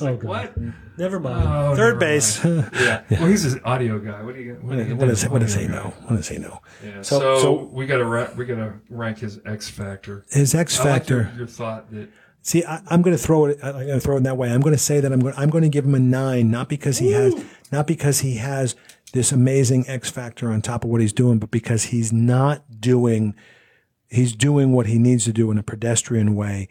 Oh, God.
What?
Never mind.
Oh, never
Third base.
Yeah. Well, he's an audio guy. What do you? What, do you
what
do
does
with
what does
audio
he
guy?
know? What does he know?
Yeah.
So-
So,
so-
we gotta ra- we gotta rank his X factor.
His X
I like
factor.
your, your thought that
See, I, I'm going to throw it. I- I'm going to throw it in that way. I'm going to say that I'm going. I'm going to give him a nine, not because he has, not because he has this amazing X factor on top of what he's doing, but because he's not doing, he's doing what he needs to do in a pedestrian way,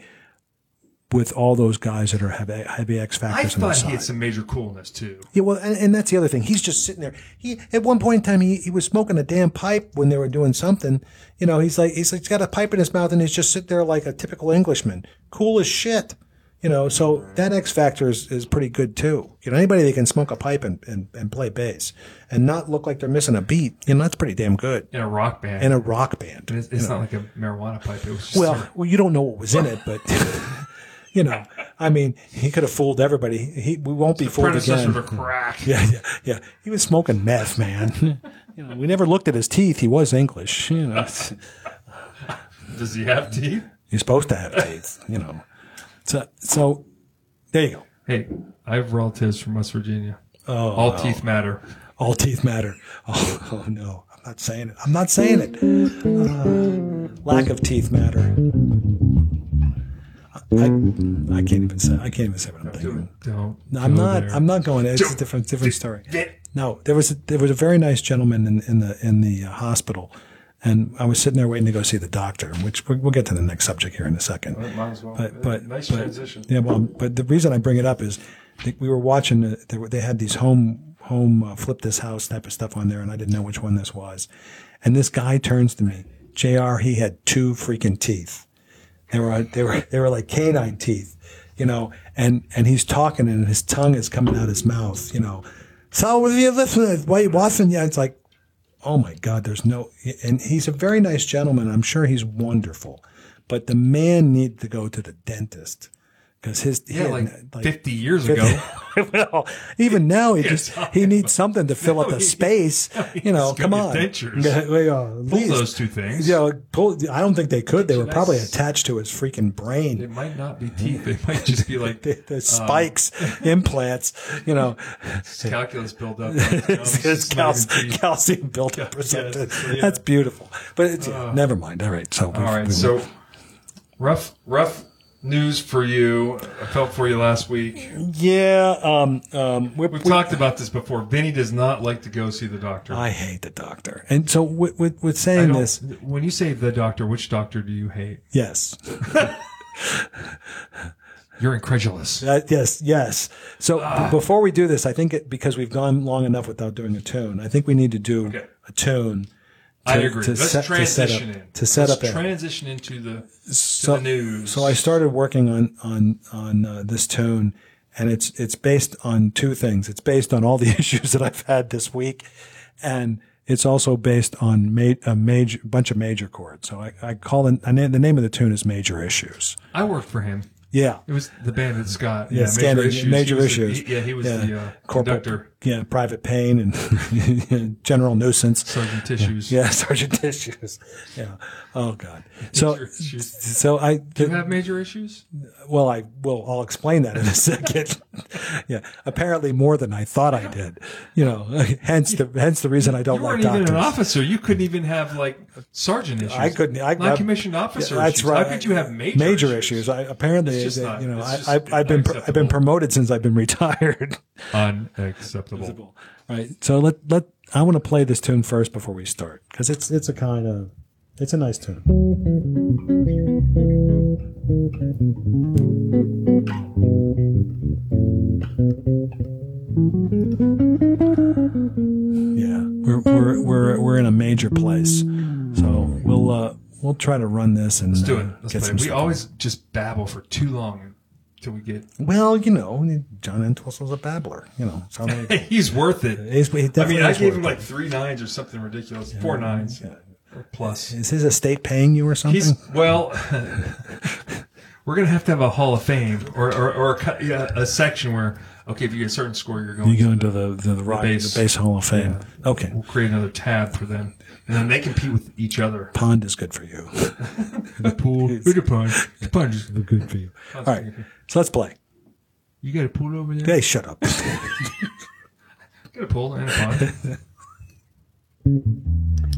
with all those guys that are have heavy X
I
factors on their
thought he
side.
had some major coolness too.
Yeah, well, and, and that's the other thing. He's just sitting there. He at one point in time he, he was smoking a damn pipe when they were doing something. You know, he's like he's, like, he's got a pipe in his mouth and he's just sitting there like a typical Englishman, cool as shit. You know, so that X factor is, is pretty good too. You know, anybody that can smoke a pipe and, and, and play bass and not look like they're missing a beat, you know, that's pretty damn good.
In a rock band,
In a rock band.
it's, it's not like a marijuana pipe. It was just
Well, well, you don't know what was in it, but you know, I mean, he could have fooled everybody. He, we won't be fooled
predecessor
again.
to
Hmm.
crack.
Yeah, yeah, yeah. He was smoking meth, man. you know, we never looked at his teeth. He was English. You know,
Does he have teeth?
he's supposed to have teeth. You know, so so there you go.
Hey, I have relatives from West Virginia. Oh, all teeth matter.
All teeth matter. Oh, oh, no, I'm not saying it. I'm not saying it. Uh, lack of teeth matter. I, I can't even say. I can't even say what I'm thinking.
Don't.
No, I'm
go
not.
there.
I'm not going. It's a
Don't
different different story.
that.
No, there was a, there was a very nice gentleman in, in the in the uh, hospital, and I was sitting there waiting to go see the doctor, which we'll, we'll get to the next subject here in a second.
Might as well.
But but
nice
but-
transition.
Yeah, well, but the reason I bring it up is that we were watching. uh, They, were- they had these home home uh, flip this house type of stuff on there, and I didn't know which one this was. And this guy turns to me, Jr. He had two freaking teeth. They were they were they were like canine teeth, you know. And and he's talking, and his tongue is coming out his mouth, you know. So what are you listening? Why you watching? Yeah, it's like, oh my God, there's no. And he's a very nice gentleman. I'm sure he's wonderful, but the man needed to go to the dentist because his
Yeah,
he had-
like, 50 years ago.
well, even now he just
Yes.
he needs something to fill up the
he-
space. you know,
he's
come
got
on,
dentures.
Yeah, well, at
Pull
least-
those two things.
yeah, pull, I don't think they could. They were
Should I
probably
s-
attached to his freaking
It
brain.
might not be teeth. It might just be like
The, the spikes, implants, you know,
calculus buildup. It's
his
just not even
calc-
teeth.
calcium buildup or something.
it's- Uh,
That's beautiful. But it's, yeah, never mind. All right. So,
All right, so rough, rough news for you. I felt for you last week.
yeah, um, um, we're,
We've talked about this before. Vinny does not like to go see the doctor.
I hate the doctor. And so, with, with, with
I
saying
don't-
this,
When you say the doctor, which doctor do you hate?
yes,
You're incredulous.
Uh, yes, yes. So b-
Ah.
before we do this, I think it, because we've gone long enough without doing a tune, I think we need to do
Okay.
a tune.
I
to-
agree.
to
Let's
set- to set
transition
up-
in.
to set
Let's
up in.
transition into the, to
So,
the news.
so I started working on on on uh, this tune, and it's it's based on two things. It's based on all the issues that I've had this week, and it's also based on ma- a major bunch of major chords. So I, I call it I name, the name of the tune is Major Issues.
I worked for him.
Yeah.
It was the band that Scott.
Yeah, Scandal- Major
He was the-
Issues.
he- yeah, he was the uh,
Corporal-
conductor,
Yeah, private pain and general nuisance.
Sergeant Tissues.
Yeah, Sergeant Tissues. Yeah. Oh God. So,
Major issues.
so I
You have major issues?
well, I will. I'll explain that in a second. yeah. Apparently, more than I thought I did. You know, hence the hence the reason I don't
You
like
weren't
doctors.
even an officer. You couldn't even have like sergeant issues.
I couldn't. I
Not commissioned officer.
Yeah, that's
issues.
right.
How could you have major
major issues? I apparently,
It's just not-
you know,
it's
I,
just
I, I've been I've been
unacceptable.
promoted since I've been retired.
Unacceptable.
All right. So let let I want to play this tune first before we start because it's
It's it's a kind of it's a nice tune.
yeah we're we're we're we're in a major place. So we'll uh, we'll try to run this and
Let's do it.
uh,
Let's
get
play.
some
it. We
stuff.
always just babble for too long until we get.
Well, you know, John Entwistle's a babbler. You know, so many-
He's worth it.
he's- he
I mean,
definitely
I
is
gave
worth
him
it.
like three nines or something ridiculous. Four nines or plus.
Is his estate paying you or something?
He's well. we're gonna have to have a Hall of Fame or or, or a, cu- yeah, a section where okay, if you get a certain score, you're going.
you go into the the, the, rock, the, base.
base.
Hall of Fame. Okay,
We'll create another tab for them, and then they compete with each other.
pond is good for you.
The pool, the pond, the pond is
good for you. All right, so let's play.
You got a pool over there.
Hey, shut up.
Got a pool and a pond.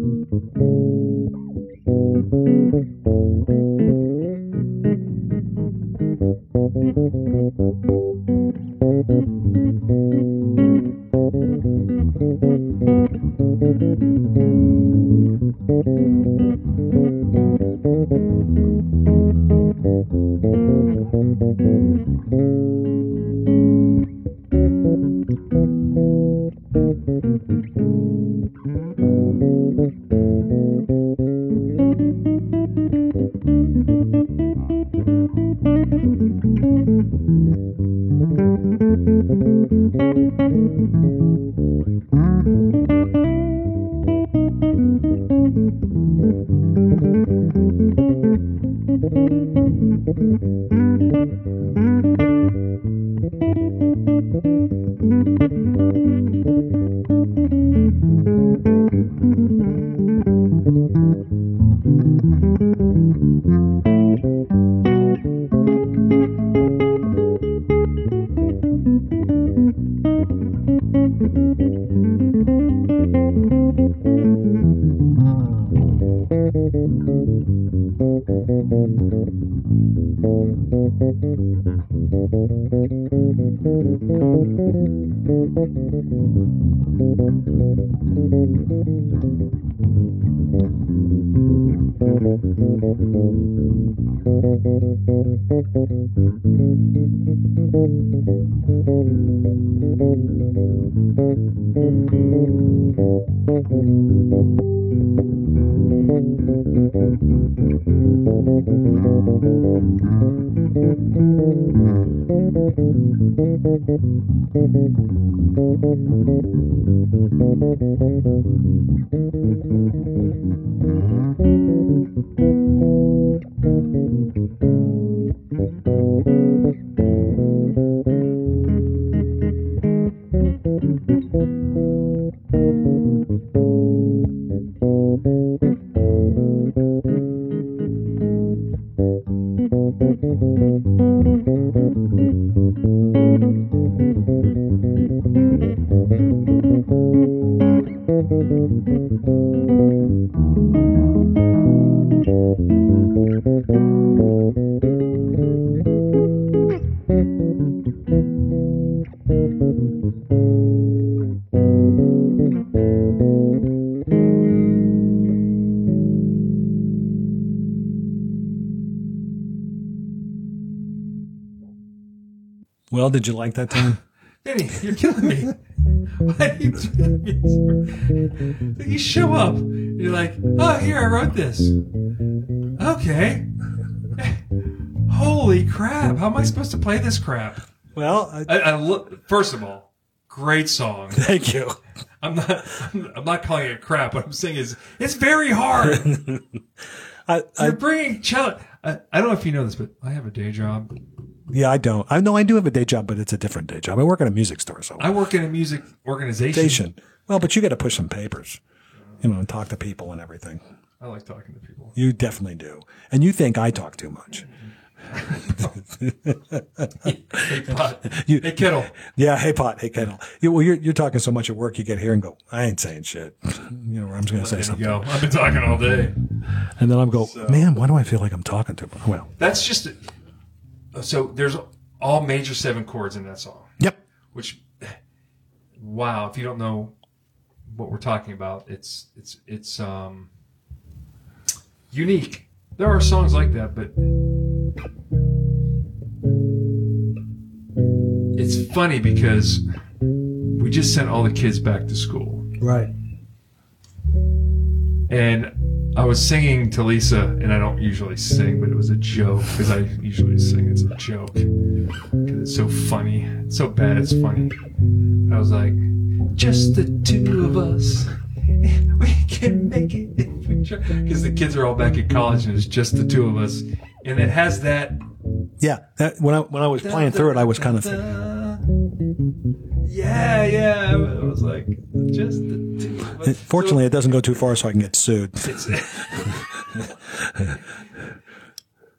well, did you like that tune?
Danny, you're killing me. Why are you doing this? Like, You show up, and you're like, oh, here, I wrote this. Okay. holy crap, how am I supposed to play this crap?
Well, I,
I, I lo- first of all, great song.
thank you.
I'm not, I'm not calling it crap. What I'm saying is, it's very hard.
I,
You're
I,
bringing challenge. I, I don't know if you know this, but I have a day job.
yeah, I don't. I know I do have a day job, but it's a different day job. I work at a music store, so
I work in a music organization.
station. Well, but you got to push some papers, you know, and talk to people and everything.
I like talking to people.
You definitely do, and you think I talk too much.
Hey, pot.
You-
hey Kittle.
Yeah, hey pot, hey kettle. You, well, you're you're talking so much at work, you get here and go, I ain't saying shit. You know, or I'm just gonna say
There you
something,
go. I've been talking all day.
and then I'm go, man, why do I feel like I'm talking to? Well,
That's just so. There's all major seven chords in that song.
yep,
Which, wow! If you don't know what we're talking about, it's it's it's um unique. There are songs like that, but it's funny because we just sent all the kids back to school.
Right.
and I was singing to Lisa, and I don't usually sing, but it was a joke because I usually sing. It's a joke because it's so funny, it's so bad, it's funny. I was like, just the two of us, we can make it because the kids are all back at college, and it's just the two of us, and it has that.
yeah. That, when I when I was playing through it, I was kind of thinking,
Yeah, yeah. I was like, just the two of us.
fortunately, it doesn't go too far, so I can get sued.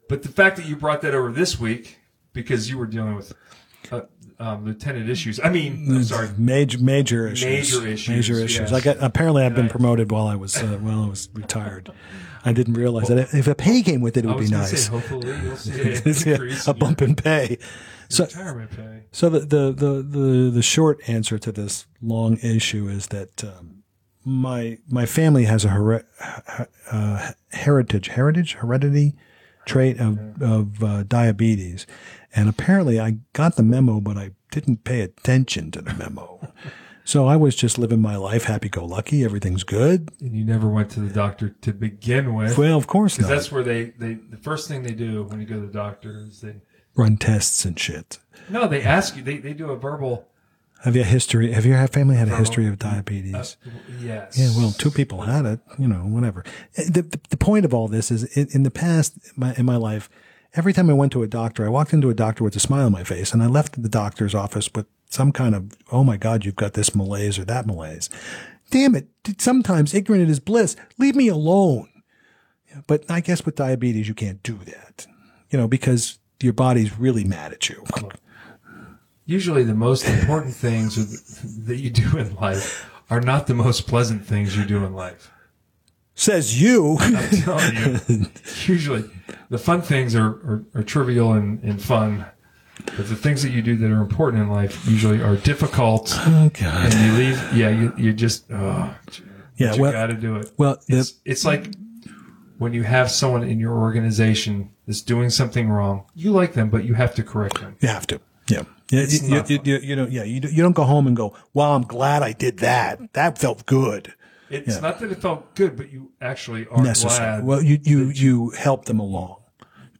but the fact that you brought that over this week because you were dealing with uh, um, lieutenant issues. I mean,
Mm,
I'm sorry.
Major major issues.
Major issues,
Major issues.
yes.
I got apparently I've been
Right.
promoted while I was uh, while I was retired. I didn't realize that if a pay came with it, it
I
would be
was gonna
nice.
Say, hopefully, you'll see an
Yeah,
increase
a
in your
bump in pay. So
retirement pay.
So the the the the, the short answer to this long issue is that um, my my family has a her- uh, heritage heritage heredity trait of of uh, diabetes, and apparently I got the memo, but I didn't pay attention to the memo. So I was just living my life, happy-go-lucky. Everything's good.
And you never went to the doctor to begin with.
Well, of course not.
That's where they, they the first thing they do when you go to the doctor is they
Run tests and shit.
no they ask you they, they do a verbal
Have you a history? Have your family had a history of diabetes?
yes
Yeah, well, two people had it, you know, whatever. Eh, The, the, the point of all this is in, in the past, my, in my life, every time I went to a doctor, I walked into a doctor with a smile on my face and I left the doctor's office with some kind of, oh my God, you've got this malaise or that malaise. Damn it. Sometimes ignorant is bliss. Leave me alone. But I guess with diabetes, you can't do that, you know, because your body's really mad at you.
usually the most important things are- that you do in life are not the most pleasant things you do in life.
Says you.
I'm telling you, usually the fun things are, are, are trivial and, and fun, but the things that you do that are important in life usually are difficult.
oh,
And
God.
you leave, yeah, you, you just, oh,
Yeah,
you
well-
got to do it.
Well, the-
it's, it's like when you have someone in your organization that's doing something wrong, you like them, but you have to correct them.
You have to. Yeah. Yeah, you, you,
not
you, you, you know, yeah, you, do- you don't go home and go, "Wow, I'm glad I did that. That felt good."
It's not that it felt good, but you actually are
Necessary.
glad
Well, you you you helped them along,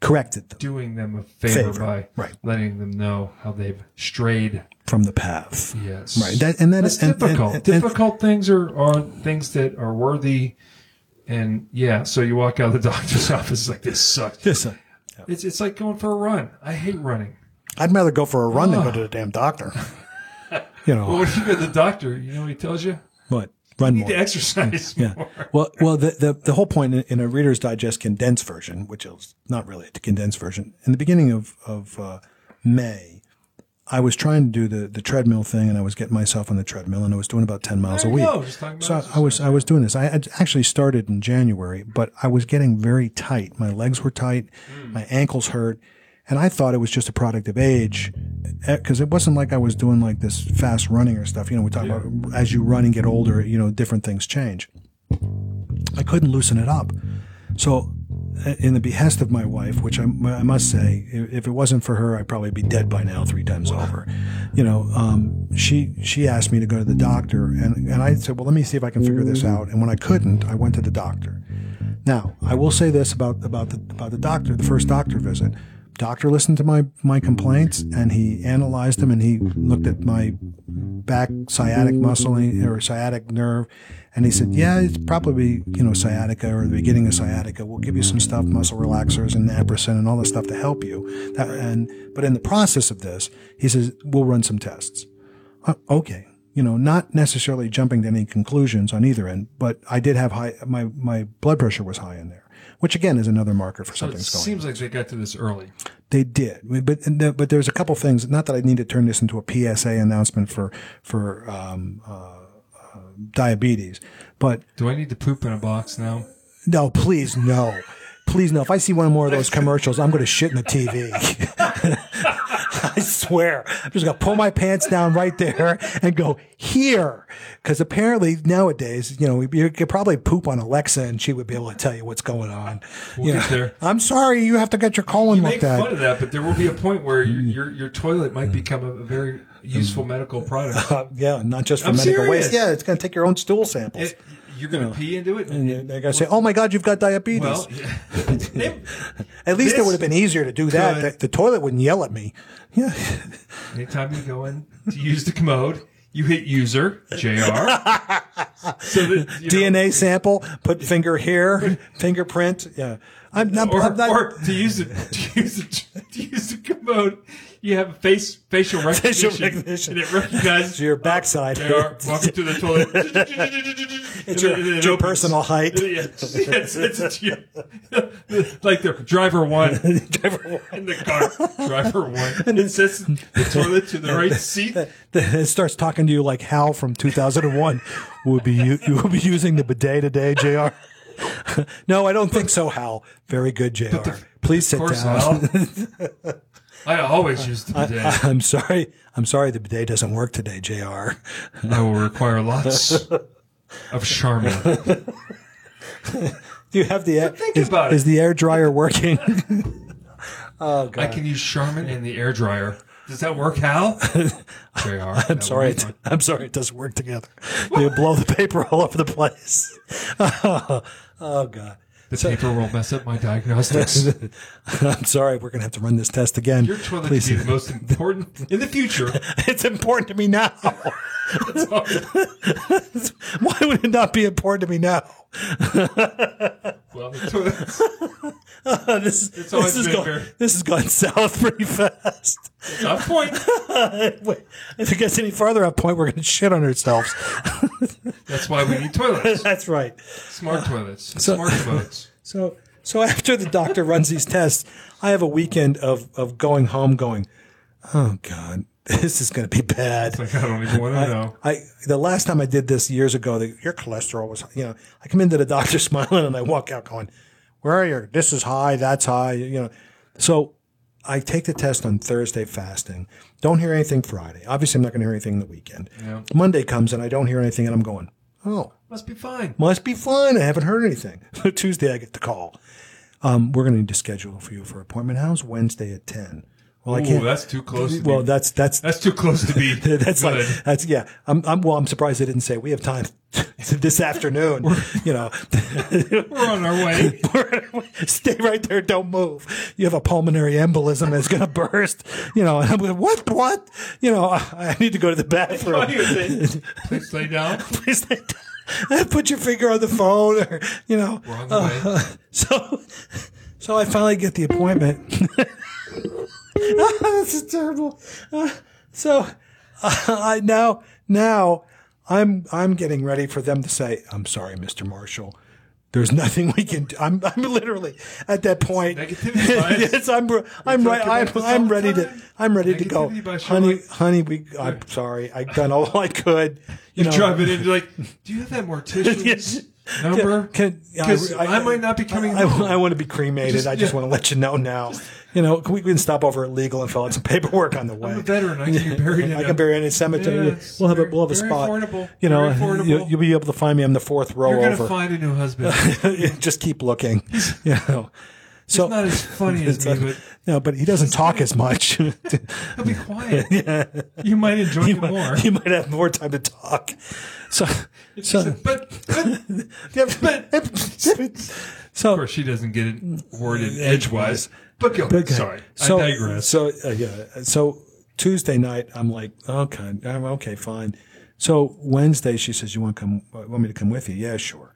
corrected them
doing them a favor,
Favor,
by
right.
letting them know how they've strayed.
from the path.
Yes,
Right. That, and that
That's
is and- and-
difficult.
and- and-
difficult things are, are things that are worthy, and yeah. So you walk out of the doctor's office like this sucks.
Yes, sir.
It's it's like going for a run. I hate running.
I'd rather go for a run
Ah.
than go to the damn doctor. you know
But when you go to the doctor, you know what he tells you?
what? Run
You need to
more.
exercise
Yeah.
more.
Well, well, the, the the whole point in, in a Reader's Digest condensed version, which is not really a condensed version, in the beginning of of uh, May, I was trying to do the the treadmill thing, and I was getting myself on the treadmill, and I was doing about ten miles
There
a
you
week.
go, just talking about
so I was I was doing this. I had actually started in January, but I was getting very tight. My legs were tight, my ankles hurt, and I thought it was just a product of age, because it wasn't like I was doing like this fast running or stuff. You know, we talk about as you run and get older, you know, different things change. I couldn't loosen it up. So, uh, in the behest of my wife, which I, I must say, i- if it wasn't for her, I'd probably be dead by now three times over. You know, um, she she asked me to go to the doctor, and, and I said, well, let me see if I can figure this out. And when I couldn't, I went to the doctor. Now, I will say this about about the about the doctor, the first doctor visit. doctor listened to my my complaints and he analyzed them and he looked at my back sciatic muscle and- or sciatic nerve and he said yeah it's probably you know sciatica or the beginning of sciatica we'll give you some stuff muscle relaxers and naproxen and all this stuff to help you that, and but in the process of this he says we'll run some tests uh, okay you know not necessarily jumping to any conclusions on either end but i did have high my my blood pressure was high in there which again is another marker
So
for
it
something's going on.
seems like they got to this early.
They did, We- but and the- but there's a couple things. Not that I need to turn this into a PSA announcement for for um, uh, uh, diabetes, but
Do I need to poop in a box now?
no, please no, please no. If I see one more of those commercials, I'm going to shit in the TV. I swear, I'm just going to pull my pants down right there and go here, because apparently nowadays, you know, you could probably poop on Alexa and she would be able to tell you what's going on.
We'll
You
get
know,
there.
I'm sorry, you have to get your colon
Make
looked at.
fun of that, but there will be a point where your your, your toilet
Mm.
might become a, a very useful medical product.
Uh, yeah, not just for
I'm
medical
serious.
waste. Yeah, it's going to take your own stool samples.
It- you're going to pee into it.
and you- they're going to say, "Oh my God, you've got diabetes."
well, yeah.
at least it
this
would have been easier to do that.
could-
The, the toilet wouldn't yell at me. Yeah,
anytime you go in to use the commode, you hit user JR. So that, you know,
DNA sample, put finger here, fingerprint. Yeah, I'm not.
or,
I'm not-
or to use the to use the, to use the commode, you have face facial recognition,
Facial recognition.
and it recognizes
to your backside.
They are walking to the toilet. it's
your- it's your personal height.
Yes, yes, it's, it's your, like the driver one in the car. Driver one. And it says the toilet to the right seat.
it starts talking to you like Hal from 2001. will be you, you will be using the bidet today, Jr. no, I don't think so, Hal. Very good, Jr. Please sit
Of course,
down.
Al. I always use the bidet.
I'm sorry. I'm sorry the bidet doesn't work today, JR.
I will require lots of charmin.
Oh, Do you have the air?
Think
Is,
about it.
is the air dryer working?
I can use Charmin in the air dryer. Does that work, Hal? JR. I'm
sorry, it, I'm sorry, it doesn't work together. You blow the paper all over the place. oh, God.
The paper will mess up my diagnostics.
I'm sorry. We're going to have to run this test again.
Your toilet
Please.
should be the most important in the future.
It's important to me now. Why would it not be important to me now?
Well, the toilet,
this,
always
this, is
been
going,
very-
this has gone south pretty fast.
not point.
Wait, if it gets any farther up point, we're going to shit on ourselves.
That's why we need toilets.
That's right.
Smart toilets. smart toilets.
So, so after the doctor runs these tests, I have a weekend of, of going home going, oh God, this is going to be bad.
Like, I don't even want to know.
I the last time I did this years ago, the, your cholesterol was you know I come into the doctor smiling and I walk out going, where are you? This is high, that's high, you know. So I take the test on Thursday fasting. Don't hear anything Friday. Obviously, I'm not going to hear anything the weekend. Monday comes and I don't hear anything, and I'm going, oh,
Must be fine.
must be fine. I haven't heard anything. Tuesday, I get the call. Um, we're going to need to schedule for you for appointment. How's Wednesday at ten? Well, I
Ooh,
can't.
that's too close. To
well,
be,
that's that's
that's too close to be.
that's
good.
like that's yeah. I'm, I'm well. I'm surprised they didn't say we have time this afternoon. you know,
we're on our way.
stay right there. Don't move. You have a pulmonary embolism that's going to burst. You know, and I'm like, what? What? You know, I, I need to go to the
What
bathroom.
do you think? Please lay down.
Please lay down. Put your finger on the phone, or you know.
We're on the way.
So, so I finally get the appointment. this is terrible. Uh, so, uh, I now now I'm I'm getting ready for them to say, "I'm sorry, Mr. Marshall." There's nothing we can do. I'm, I'm literally at that point.
Negativity bias.
yes, I'm. I'm right.
about
I'm,
this all
I'm
the
ready to.
time.
I'm ready to go.
Negativity bias,
Honey,
Charlotte.
honey, we. I'm sorry. I done all I could. You know,
Driving in, you're like, do you have that mortician's
Yes.
number?
Can, yeah,
Because I, might not be coming.
I, I want to be cremated. I just
yeah.
want to let you know now. you know, we can stop over at legal and fill out some paperwork on the way.
I'm a veteran. I can be buried in
I
a-
can bury it in a cemetery.
Yeah, it's
we'll have a
very-
we'll have a
very
spot.
affordable.
You know,
Very affordable.
You, will be able to find me. I'm the fourth row
You're going to
over.
find a new husband.
just keep looking. You know, so
Not as funny as
it's
me,
not-
but
No, but he doesn't talk as much. you,
He'll be quiet. You might enjoy it more.
might, you might have more time to talk. So, so,
But, but of
so,
course, she doesn't get it worded edgewise. But go.
Okay.
Sorry,
So,
I digress.
So uh, yeah, so Tuesday night, I'm like, okay, I'm okay, fine. So Wednesday, she says, "You want to come? Want me to come with you?" Yeah, sure.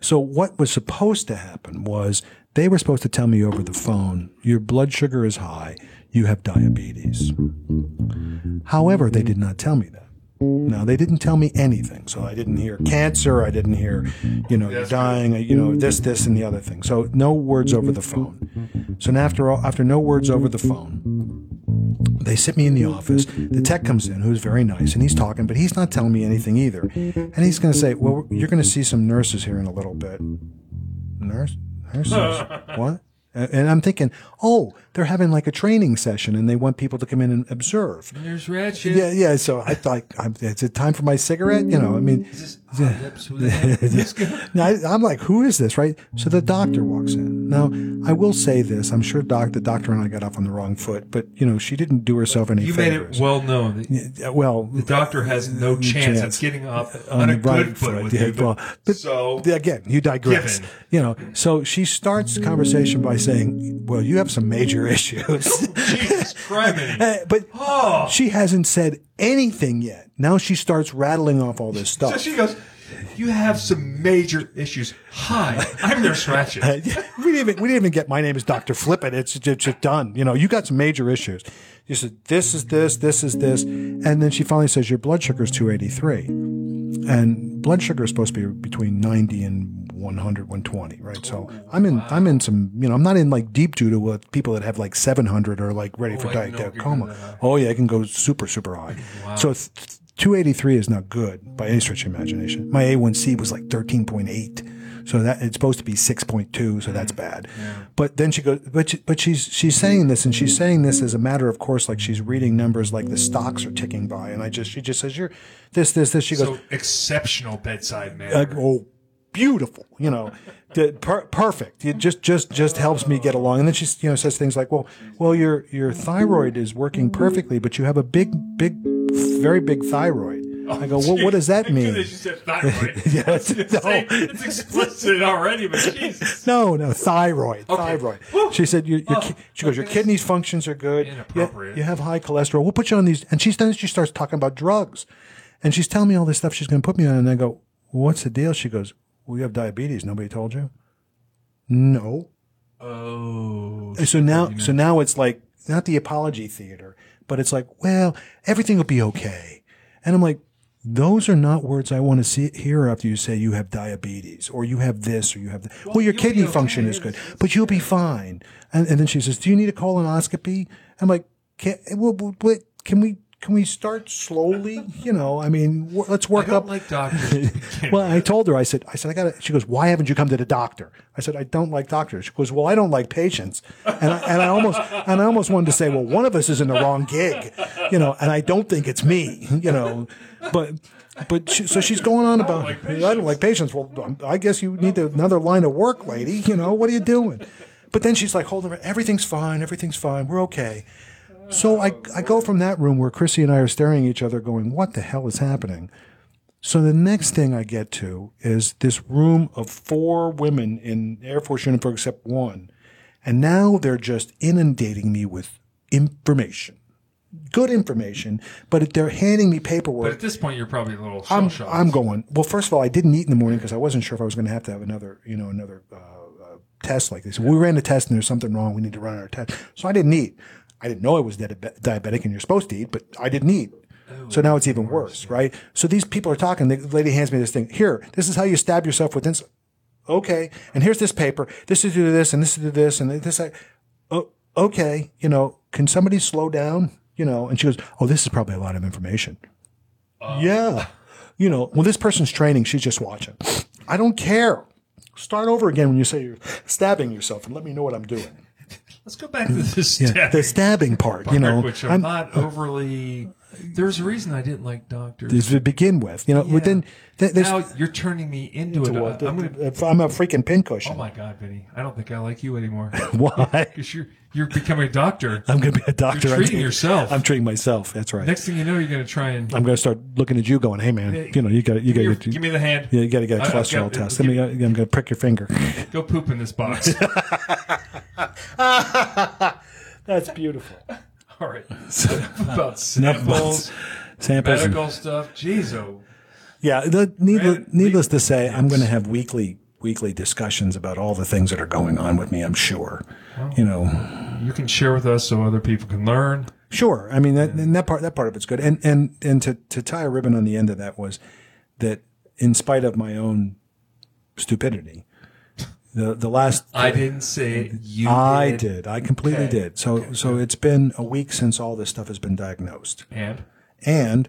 So what was supposed to happen was they were supposed to tell me over the phone, "Your blood sugar is high. You have diabetes." However, they did not tell me that. No, they didn't tell me anything. So I didn't hear cancer. I didn't hear, you know, you're
That's
dying. You know, this, this, and the other thing. So no words over the phone. So now after all, after no words over the phone, they sit me in the office. The tech comes in, who's very nice, and he's talking, but he's not telling me anything either. And he's going to say, "Well, you're going to see some nurses here in a little bit." Nurse, nurses, what? And and I'm thinking, oh, they're having like a training session, and they want people to come in and observe.
There's Ratchet.
Yeah, yeah. So I thought, I'm, is it time for my cigarette? You know, I mean,
This hot episode. Let's go.
now, I, I'm like, who is this, right? So the doctor walks in. Now, I will say this: I'm sure doc, the doctor and I got off on the wrong foot, but you know, she didn't do herself any
You made it
favors.
well known that
Yeah, well,
the doctor has no chance,
chance.
of getting up on,
on
a
the right
good
foot,
foot with
yeah,
you. But,
well, but-
so
again, you digress.
Given.
You know, so she starts the conversation by saying, "Well, you have some major issues."
Jesus Christ.
Uh, but
Oh.
she hasn't said anything yet. Now she starts rattling off all this stuff.
So she goes, You have some major issues. Hi, I'm Nurse Ratchet.
Yeah, we didn't even we didn't even get my name is Doctor Flippin. It's just, it's just done. You know, you got some major issues. You said this is this, this is this, and then she finally says your blood sugar is two eighty three, and blood sugar is supposed to be between ninety and 100, 120, right? So I'm in I'm in some you know I'm not in like deep due to what people that have like seven hundred are like ready for
Oh, I
diet
know it can go
coma.
that high.
Oh yeah, it can go super super high. So. Th- 283 is not good by any stretch of imagination. My A1C was like 13.8. So that it's supposed to be six point two, so that's bad. But then she goes, but she, but she's she's saying this, and she's saying this as a matter of course, like she's reading numbers, like the stocks are ticking by, and I just she just says you're this this this. She goes,
So exceptional bedside
uh,
manner.
oh, beautiful, you know, the, per- perfect. It just just just helps me get along. And then she you know says things like, well, well your your thyroid is working perfectly, but you have a big big very big thyroid. I go, well, what does
As
that
soon as
mean?
you said thyroid.
Yeah, it's-
It's,
no.
like- it's explicit already, but Jesus.
No, no, thyroid, thyroid.
Woo.
She said, your, your, ki-
Oh,
she goes, your
okay.
kidneys functions are good. You-
Inappropriate.
You have high cholesterol. We'll put you on these. And she's then she starts talking about drugs, and she's telling me all this stuff she's going to put me on. And I go, what's the deal? She goes, well, you have diabetes. Nobody told you. No.
Oh.
So now, so now it's like not the apology theater, but it's like, well, everything will be okay. And I'm like, those are not words I want to see hear after you say you have diabetes or you have this or you have. That. Well,
you'll
your
be
kidney function
okay.
is good, but you'll be fine. And, and then she says, "Do you need a colonoscopy?" I'm like, "Can well, well, what- can we can we start slowly? You know, I mean, w- let's
I
work
don't
up."
like doctors.
Well, I told her, I said, I said, I got to, she goes, why haven't you come to the doctor? I said, I don't like doctors. She goes, well, I don't like patients. And I, and I almost, and I almost wanted to say, well, one of us is in the wrong gig, you know, and I don't think it's me, you know, but, but she, so she's going on about, I don't like patients. Well, um, I guess you need another line of work, lady, you know, what are you doing? But then she's like, holding her, everything's fine. Everything's fine. We're okay. So I, I go from that room where Chrissy and I are staring at each other going, what the hell is happening? So the next thing I get to is this room of four women in Air Force uniform except one. And now they're just inundating me with information. Good information, but they're handing me
But
paperwork.
at this point, you're probably a little shell
I'm,
shocked.
I'm going, well, first of all, I didn't eat in the morning because I wasn't sure if I was going to have to have another, you know, another uh, uh, test like this. We ran a test and there's something wrong. We need to run our test. So I didn't eat. I didn't know I was diabe- diabetic and you're supposed to eat, but I didn't eat. So now it's even worse, right? So these people are talking. The lady hands me this thing. Here, this is how you stab yourself with insulin. Okay. And here's this paper. This is to do this and this is to do this and this. I, oh, okay. You know, can somebody slow down? You know, and she goes, oh, this is probably a lot of information. Yeah. You know, when this person's training, she's just watching. I don't care. Start over again when you say you're stabbing yourself and let me know what I'm doing.
Let's go back to this. Yeah,
The stabbing part, you know.
which I'm,
I'm-
not overly There's a reason I didn't like doctors.
to begin with. You know,
Yeah.
within th- there's,
now you're turning me into,
Well,
a. I'm gonna.
if I'm a freaking
Oh
pincushion.
my God, Vinny! I don't think I like you anymore
Why?
because you're you're becoming a doctor.
I'm going to be a doctor.
You're
I'm
treating
treating-
yourself.
I'm treating myself. That's right.
Next thing you know, you're gonna try and
I'm going to start looking at you, going, "Hey, man, you know, you got you got
give, your-
to
give me the hand.
yeah, you got to get a
I- I've
cholesterol
got-
test.
give
Let me, I'm going to prick your finger.
Go poop in this box.
That's beautiful.
All right. about
Enough about
samples,
samples. and-
medical stuff. Jeez, oh,
yeah. The, needless,
Right.
needless to say, I'm going to have weekly weekly discussions about all the things that are going on with me. I'm sure. You know,
you can share with us so other people can learn.
Sure. I mean that and that part that part of it's good. And and and to, to tie a ribbon on the end of that was that in spite of my own stupidity, the the last
I didn't say it. You
I
did.
did. I completely did. So so it's been a week since all this stuff has been diagnosed.
And
And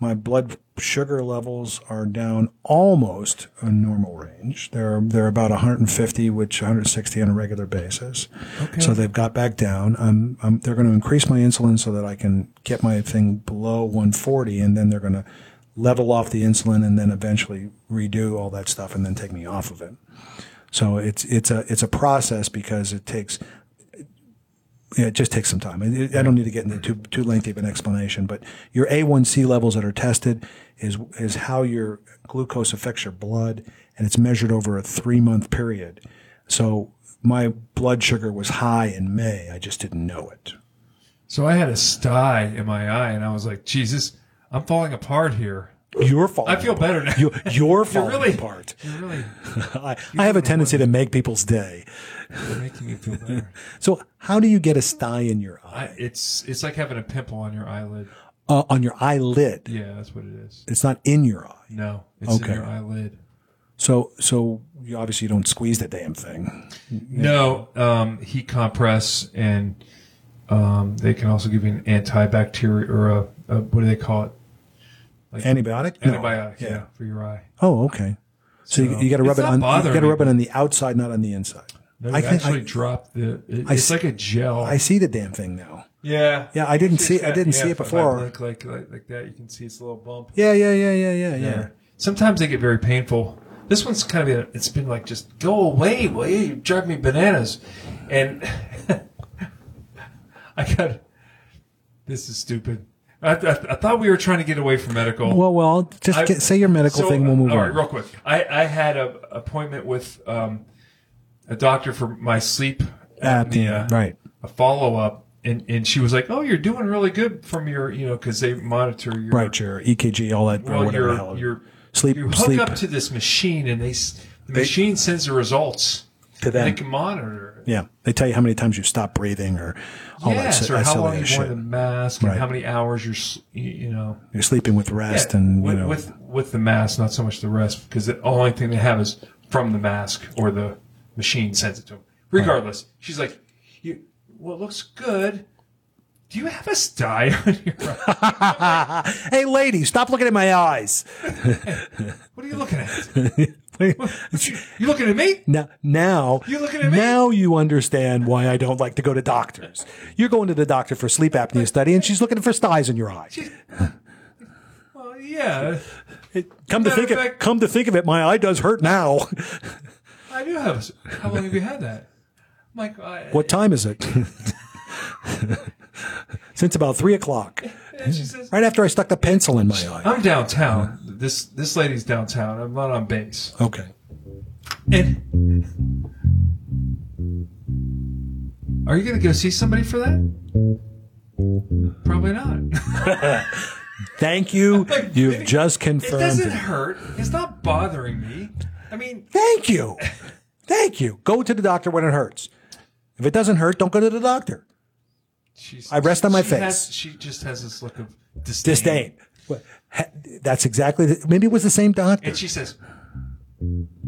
my blood sugar levels are down almost a normal range. They're they're about 150, which 160 on a regular basis. Okay. So they've got back down. I'm, I'm they're going to increase my insulin so that I can get my thing below 140, and then they're going to level off the insulin and then eventually redo all that stuff and then take me off of it. So it's it's a it's a process because it takes yeah, it just takes some time. And it- I don't need to get into too too lengthy of an explanation, but your A1C levels that are tested is is how your glucose affects your blood, and it's measured over a three month period. So my blood sugar was high in May. I just didn't know it.
so I had a sty in my eye, and I was like, Jesus, I'm falling apart here.
Your fault.
I feel better now.
You, your fault.
really-
part.
You're really
I, I have a tendency to make people's day.
making me feel better.
So how do you get a sty in your eye?
I, it's it's like having a pimple on your eyelid.
Uh, on your eyelid.
Yeah, that's what it is.
It's not in your eye.
No, it's
Okay.
in your eyelid.
So so you obviously don't squeeze the damn thing.
No, um, heat compress, and um, they can also give you an antibacterial or a, a what do they call it?
Antibiotic? No.
Antibiotic, yeah, for your eye.
Oh, okay. So, you, you got to rub
It's
it
not
on. You
bothering
got to
me.
rub it on the outside, not on the inside.
No,
I
I
can-
actually
I-
dropped the. it- it's
s-
like a gel.
I see the damn thing now.
yeah,
Yeah, I didn't see. I didn't
Yeah,
see it
if I
before.
blink like, like like that, you can see it's a little bump.
yeah, yeah, yeah, yeah, yeah, yeah.
there. Sometimes they get very painful. This one's kind of a, it's been like just go away, will you? You drive me bananas. And I got this is stupid. I, I, I thought we were trying to get away from medical.
Well, well, just
I-
get, say your medical
so,
thing. We'll move
all
on.
right, real quick. I, I had a appointment with um, a doctor for my sleep apnea.
Apnea, Uh, right.
A follow up, and and she was like, "Oh, you're doing really good from your, you know, because they monitor your
right, your EKG, all that, or
well,
whatever
you're,
the hell.
you're,
Sleep-
You hook
sleep.
up to this machine, and they s- the machine sends the results.
To
And
them.
they can monitor it.
yeah, they tell you how many times you stop breathing or all that,
yes,
si-
or
that
how
silly
long
ass
you
shit.
wore the mask, and how many hours you're, s- you you know,
You're sleeping with rest, and
with,
you know,
with with the mask, not so much the rest, because the only thing they have is from the mask or the machine sends it to them. Regardless, she's like, you, "What looks good? Do you have a sty on your eye?
hey, lady, stop looking at my eyes.
What are you looking at? You, you looking at me?
Now, now,
You looking at me?
now you understand why I don't like to go to doctors. You're going to the doctor for sleep apnea study, and she's looking for styes in your eye.
Well, yeah,
Come to
matter
think
of
of
fact-
come to think of it, my eye does hurt now.
I do have. a s- How long have you had that? I'm like, uh, I,
What time is it? Since about three o'clock,
and she says,
right after I stuck the pencil in my eye.
I'm downtown. This this lady's downtown. I'm not on base.
Okay.
And are you gonna go see somebody for that? Probably not.
Thank you.
Like,
You've just
It
confirmed.
doesn't
It
hurt. It's not bothering me. I mean,
Thank you. Thank you. Go to the doctor when it hurts. If it doesn't hurt, don't go to the doctor.
she's,
I rest on my
she
face.
has- she just has this look of disdain.
Disdain. What- ha- That's exactly. The, maybe it was the same doctor.
And she says, "Can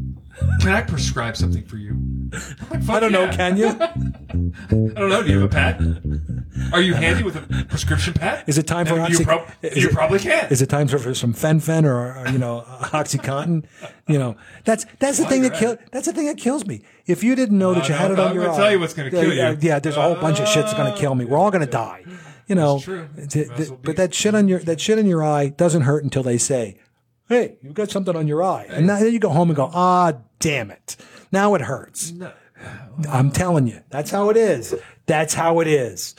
I prescribe something for you?" I'm like, "Fuck
I don't know.
yeah."
Can you?
I don't know. Do you have a pad? Are you handy with a prescription pad?
Is it time for
You,
oxy-
prob-
is
you
it-
probably can.
Is it time for, for some fenfen or, or you know oxycontin? You know that's that's the thing
you're
that
at
kills. That's the thing that kills me. If you didn't know that you
I
had
know,
it on
I'm
your
gonna
eye,
tell you what's gonna
yeah,
kill
yeah,
you.
Yeah, there's a whole bunch of shit that's going to kill me. We're all going to die. you know,
true.
t-
Might as
th-
well be.
but that shit on your that shit in your eye doesn't hurt until they say, "Hey, you've got something on your eye," and now, then you go home and go, "Ah, damn it, now it hurts."
No.
I'm telling you, that's how it is. That's how it is.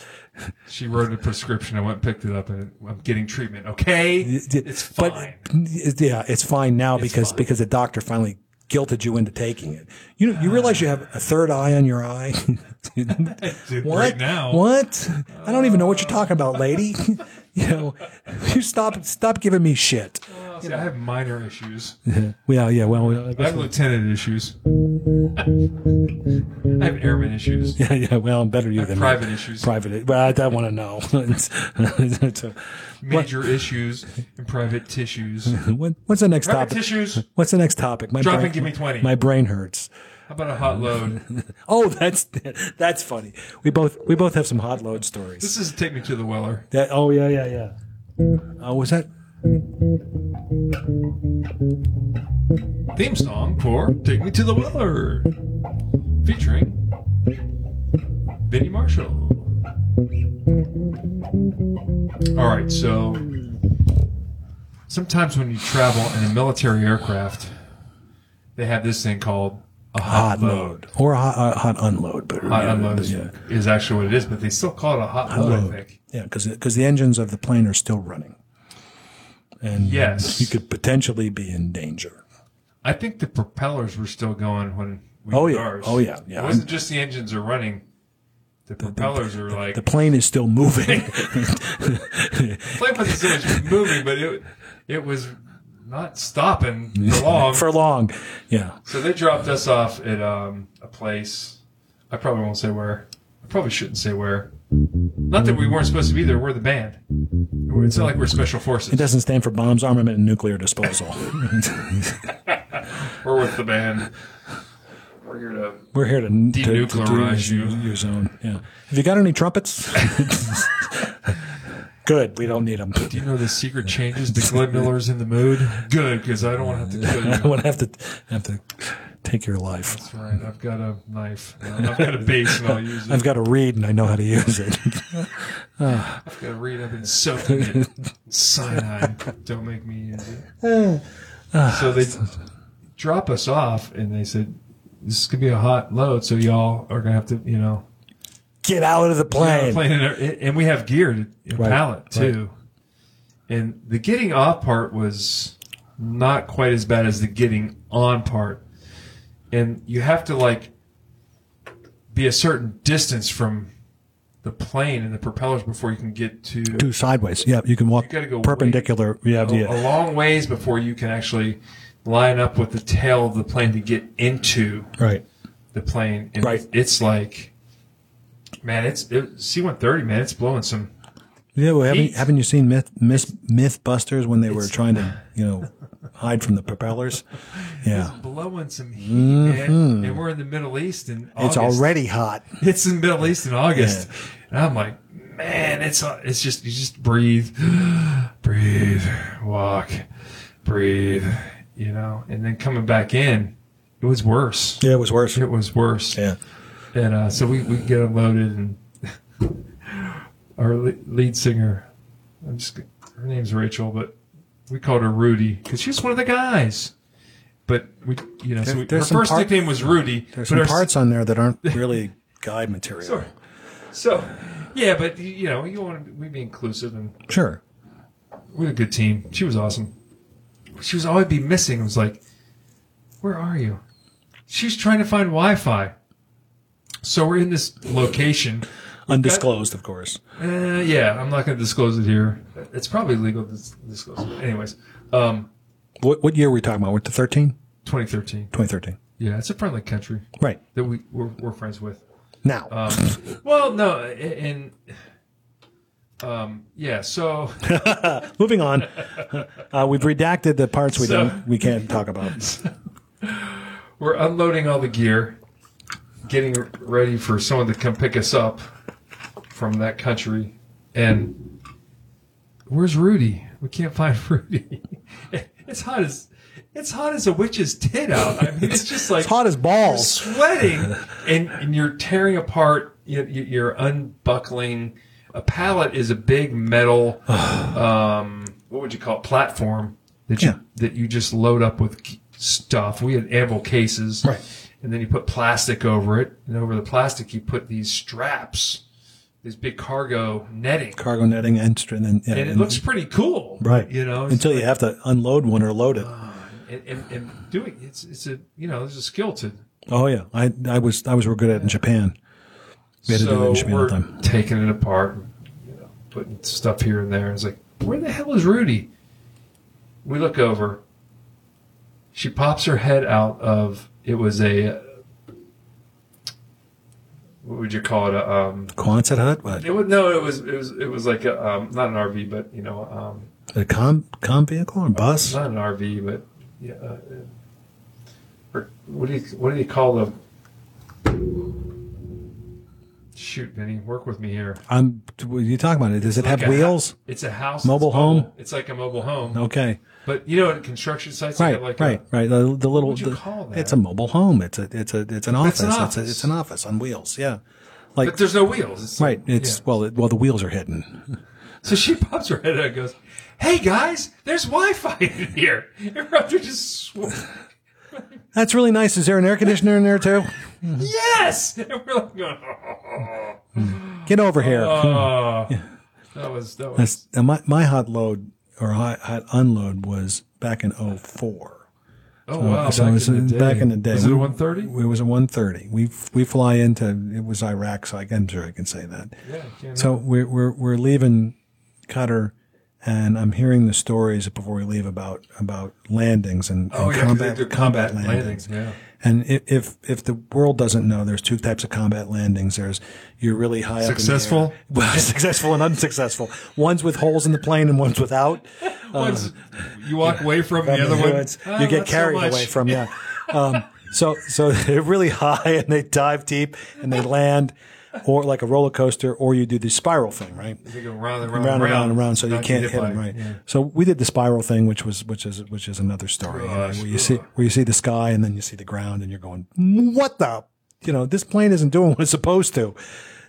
She wrote a prescription. I went and picked it up, and I'm getting treatment. Okay, it's
But
fine.
yeah, it's fine now because because the doctor finally guilted you into taking it. You know, you realize you have a third eye on your eye.
Dude,
What?
Right now, Uh.
What? I don't even know what you're talking about, lady. you know, you stop stop giving me shit.
See, I have minor issues.
Yeah, yeah. Well, we- I
I
guess
have
we-
lieutenant issues. I have airman issues.
yeah, yeah. Well, I'm better you than me.
Private issues.
Private. Well, I, I want to know. It's- uh,
Major issues and private tissues.
what, what's the next
Private
topic?
tissues. How
What's the next topic? My
Drop
brain,
and give me 20.
My brain hurts.
about a hot load?
Oh, that's that's funny. We both we both have some hot load stories.
This is take me to the weller.
That oh yeah yeah yeah. Oh, was that?
Theme song for Take Me to the Weller. Featuring Vinnie Marshall. Alright, so sometimes when you travel in a military aircraft, they have this thing called a hot,
Hot load or a hot, uh, hot unload, but
Hot
yeah,
unload is,
yeah,
is actually what it is, but they still call it a hot, load, I think.
yeah, because the engines of the plane are still running, and
Yes.
you could potentially be in danger.
I think the propellers were still going when we
Oh,
did
yeah.
ours.
Oh, yeah. Yeah.
It wasn't just the engines are running. The propellers are like
The plane is still moving.
plane wasn't so much moving, but it it was not stopping for long.
for long. Yeah.
so they dropped us off at um, a place. I probably won't say where. I probably shouldn't say where. Not that we weren't supposed to be there. We're the band. It's not like we're special
It
forces.
doesn't stand for bombs, armament, and nuclear disposal.
We're with the band. We're here to.
We're here to to- to do
Denuclearize you.
Your zone. Yeah. Have you got any trumpets? Good. We don't need them.
Do you know the secret changes to Glenn Miller's in the mood? Good, because I don't want to have to kill
I
you.
would have to have to take your life.
That's right. I've got a knife. I've got a base, and I'll use it.
I've got to read and I know how to use it.
I've got to read. I've been soaking it. Cyanide. Don't make me use it. so they drop us off, and they said, "This could be a hot load, so y'all are gonna have to, you know,
Get out of the plane.
plane in there." And we have gear to in
Right,
pallet too. And the getting off part was not quite as bad as the getting on part, and you have to like be a certain distance from the plane and the propellers before you can get to
Do sideways. Yeah, you can walk
gotta go
perpendicular. Yeah,
a, a
yeah.
long ways before you can actually line up with the tail of the plane to get into
Right.
the plane. And
Right.
It's like, man, it's it, C-130, man. It's blowing some.
Yeah, well, haven't,
Heat.
haven't you seen Myth, Myth MythBusters when they were trying to, you know, hide from the propellers? Yeah,
Blowing some heat, man. And we're in the Middle East in August.
Mm-hmm. it's already hot.
It's in the Middle East in August. And I'm like, man, it's it's just you just breathe, breathe, walk, breathe, you know. And then coming back in, it was worse.
Yeah, it was worse.
It was worse.
Yeah,
And uh, so we, we get unloaded, and our le- lead singer, I'm just g- her name's Rachel, but we called her Rudy because she's one of the guys. But we, you know, so we, her
there's some
first
part-
nickname was Rudy. but
there's some
her s-
parts on there that aren't really guide material.
Sure. So, yeah, but y- you know, you want to we be inclusive, and
Sure.
we're a good team. She was awesome. She was all I'd be missing was like, where are you? She's trying to find Wi-Fi. So we're in this location.
Undisclosed, of course.
Uh, yeah, I'm not going to disclose it here. It's probably legal to dis- disclose. It. Anyways, um,
What, what year were we talking about? We're to 13?
2013.
2013.
Yeah, it's a friendly country
Right.
that we we're, we're friends with.
Now. Um,
Well, no, a- and um, yeah. So
Moving on. Uh, we've redacted the parts we,
So-
don't, we can't talk about.
we're unloading all the gear, getting ready for someone to come pick us up from that country, and where's Rudy? We can't find Rudy. it's hot as it's hot as a witch's tit out. I mean, it's just like
It's hot as balls.
sweating and, and you're tearing apart you, you- you're unbuckling a pallet is a big metal, um, what would you call it, platform that you
Yeah.
that you just load up with k- stuff. We had ample cases,
Right.
And then you put plastic over it, and over the plastic you put these straps, these big cargo netting,
Cargo netting and str- and then yeah,
and it looks pretty cool,
Mm-hmm. right.
You know, it's Uh,
until you have to unload one or load it.
and, and, and doing it's it's a you know there's a skill to
Oh yeah, I I was I was real good at it in Japan. We had to do that in Japan all
we're
the time.
taking it apart, and, you know, putting stuff here and there. It's like, where the hell is Rudy? We look over. She pops her head out of it was a uh, what would you call it? A, um,
Quonset hut, what?
it was no, it was it was it was like a um, not an RV, but you know, um,
A com com vehicle or bus?
not an RV, but yeah, uh, or what do you what do you call them? Shoot, Vinny, work with me here.
I'm. What are you talking about? Does it have
like a
wheels?
hou- It's a house.
Mobile
it's
home?
It's like a mobile home.
Okay.
But you know, in construction sites, they
Right.
have like
right. right. The, the
What
little.
would you
the-
call that?
It's a mobile home. It's a. It's a. It's an office.
it's an
It's,
office.
a, it's an office on wheels. Yeah.
A,
Like
but there's no wheels. It's
right. It's
yeah.
well. It, well, the wheels are hidden.
so she pops her head out and goes, "Hey guys, there's Wi-Fi in here." Everyone's just sw-
That's really nice. Is there an air conditioner in there too?
yes, and we're like, "Oh,
Get over here.
oh." that was that was."
Hmm. That's, and my my hot load or hot, hot unload was back in '04.
oh wow!
uh, so
back,
it was
in the day.
back in the day.
was it
We-
one thirty?
It was a 130. We we fly into it was Iraq, so I, I'm sure I can say that.
Yeah. yeah.
So we're we're we're leaving Qatar, and I'm hearing the stories before we leave about about landings and,
oh
and
yeah, 'cause they
combat,
do
combat
landings.
landings.
Yeah.
And if, if if the world doesn't know, there's two types of combat landings. There's you're really high up in
Successful?
the air. well, successful and unsuccessful. One's with holes in the plane, and one's without. Uh,
One's- you walk away from the other one.
It's-
"Ah,
you get
not so
carried
much."
away from yeah. Um, so so they're really high and they dive deep and they land, or like a roller coaster, or you do the spiral thing, right?
They go round and round,
Round and round and round, so you
Not
can't
get
hit them
by-
right.
yeah.
So we did the spiral thing, which was which is which is another story you know,
Gosh,
where you see
ugh.
where you see the sky and then you see the ground and you're going, what the, you know, this plane isn't doing what it's supposed to.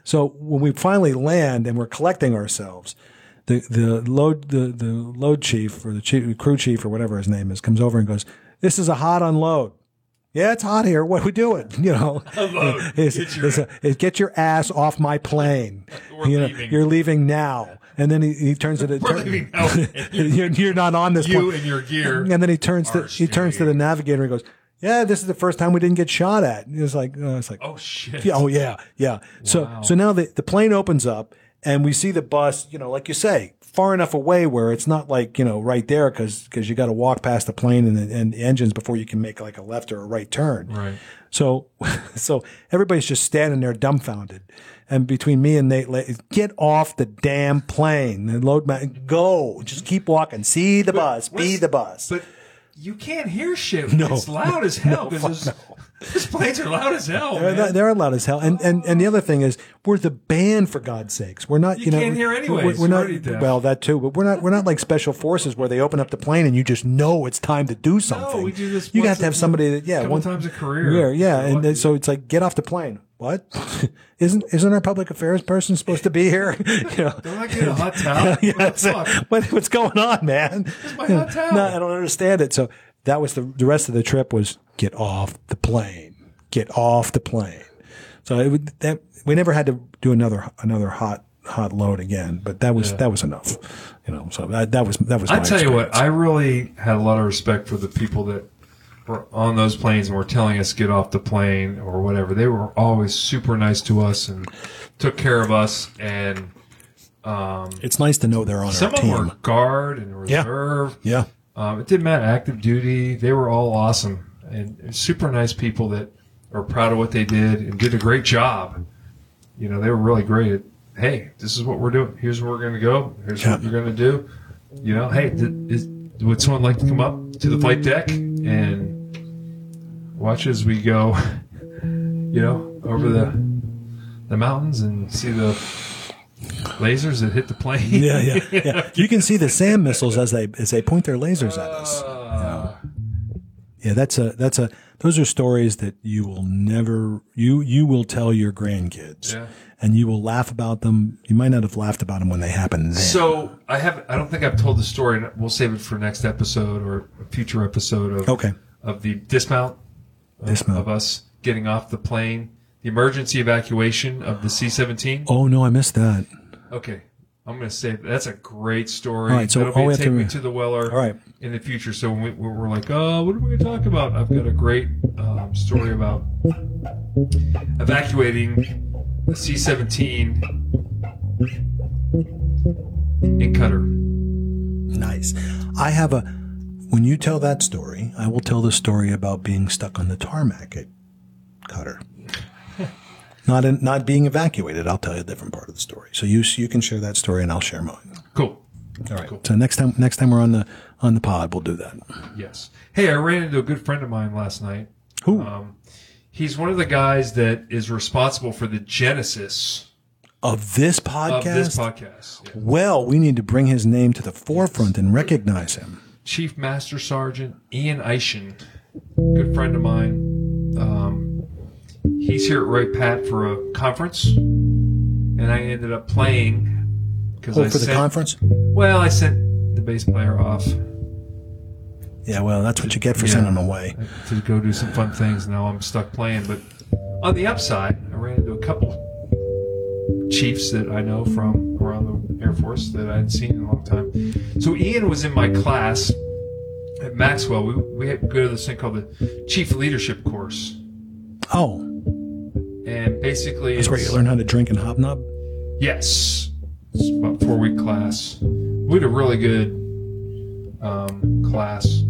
So when we finally land and we're collecting ourselves, the the load the the load chief or the chief, crew chief or whatever his name is comes over and goes, "This is a hot unload." Yeah, it's hot here. What we doing? You know,
Unload.
It's-
Get your-
it's a- it's, get your ass off my plane.
We're
you know,
leaving.
you're leaving now. And then he, he turns to the
We're leaving now.
you're, you're not on this
you
plane.
and your gear.
And then he turns to
are
he turns to the navigator and goes, "Yeah, this is the first time we didn't get shot at." And it's like uh, it's like
oh shit!
yeah, oh yeah, yeah. So so now the, the plane opens up and we see the bus, you know, like you say, far enough away where it's not like, you know, right there cuz cuz you got to walk past the plane and the, and the engines before you can make like a left or a right turn.
Right.
So so everybody's just standing there dumbfounded. And between me and Nate, like, get off the damn plane and load my go. Just keep walking. See the bus. Be
what's-
the bus.
But you can't hear shit.
No.
it's loud as hell. because These planes are loud as hell.
They're,
man.
not- they're loud as hell. And, and and the other thing is, we're the band for God's sakes. We're not. You, know,
can't hear
we're-
anyways.
We're, we're
You're
not.
already deaf.
well, that too. But we're not. We're not like special forces where they open up the plane and you just know it's time to do something.
we do this
You
once
have to have
a-
somebody that yeah.
couple
One
times a career.
Yeah, yeah.
You're
And then, so it's like get off the plane. What? isn't isn't our public affairs person supposed to be here? you know.
Don't I get a hot towel?
Yeah,
What
it's
the
like,
fuck?
what, what's going on, man?
my hot towel.
No, I don't understand it. So that was the the rest of the trip was get off the plane, get off the plane. So it would, that we never had to do another another hot hot load again, but that was that was enough, you know. So that, that was that was.
I
my
tell you
experience.
what, I really had a lot of respect for the people that were on those planes and were telling us get off the plane or whatever. They were always super nice to us and took care of us. And
It's nice to know they're on
some
our
of them were
team.
guard and reserve.
Yeah,
Um, it didn't matter active duty. They were all awesome and, and super nice people that are proud of what they did and did a great job. You know, they were really great at, hey, this is what we're doing. Here's where we're going to go. Here's what
Yeah.
you're going to do. You know, hey, th- is, would someone like to come up to the flight deck and watch as we go, you know, over the the mountains and see the lasers that hit the plane?
yeah, yeah, yeah. You can see the SAM missiles as they as they point their lasers at us.
Uh,
Yeah, that's a that's a those are stories that you will never you you will tell your grandkids.
Yeah.
And you will laugh about them. You might not have laughed about them when they happened then.
So I have. I don't think I've told the story, and we'll save it for next episode or a future episode of
Okay. Uh-huh.
of the dismount of,
Dismount.
of us getting off the plane, the emergency evacuation of the C seventeen.
oh no, I missed that.
Okay, I'm going to save. That's a great story.
Oh. All right, so
That'll
all
be
we
a
have
take
to-
me to the Weller.
All right.
in the future. So when, we, when we're like, oh, what are we going to talk about? I've got a great um, story about evacuating a C 17 in Qatar.
Nice. I have a when you tell that story, I will tell the story about being stuck on the tarmac at Cutter. not in, not being evacuated. I'll tell you a different part of the story. So you you can share that story and I'll share mine.
Cool.
All right. So next time next time we're on the on the pod, we'll do that.
Yes. Hey, I ran into a good friend of mine last night.
Who?
Um, he's one of the guys that is responsible for the genesis
of this
of
podcast.
this podcast. Yeah.
well, we need to bring his name to the forefront and recognize him.
Chief Master Sergeant Ian Eishen, good friend of mine. Um, he's here at Roy Pat for a conference, and I ended up playing because
Oh,
I
for the
sent-
conference?
Well, I sent the bass player off
Yeah, well, that's what you get for
Yeah.
sending him away.
to go do some fun things. Now I'm stuck playing. But on the upside, I ran into a couple chiefs that I know from around the Air Force that I hadn't seen in a long time. So Ian was in my class at Maxwell. We, we had go to this thing called the Chief Leadership Course.
Oh,
And basically,
that's where
it's-
you learn how to drink and hobnob.
Yes. It's about four week class. We had a really good um, class.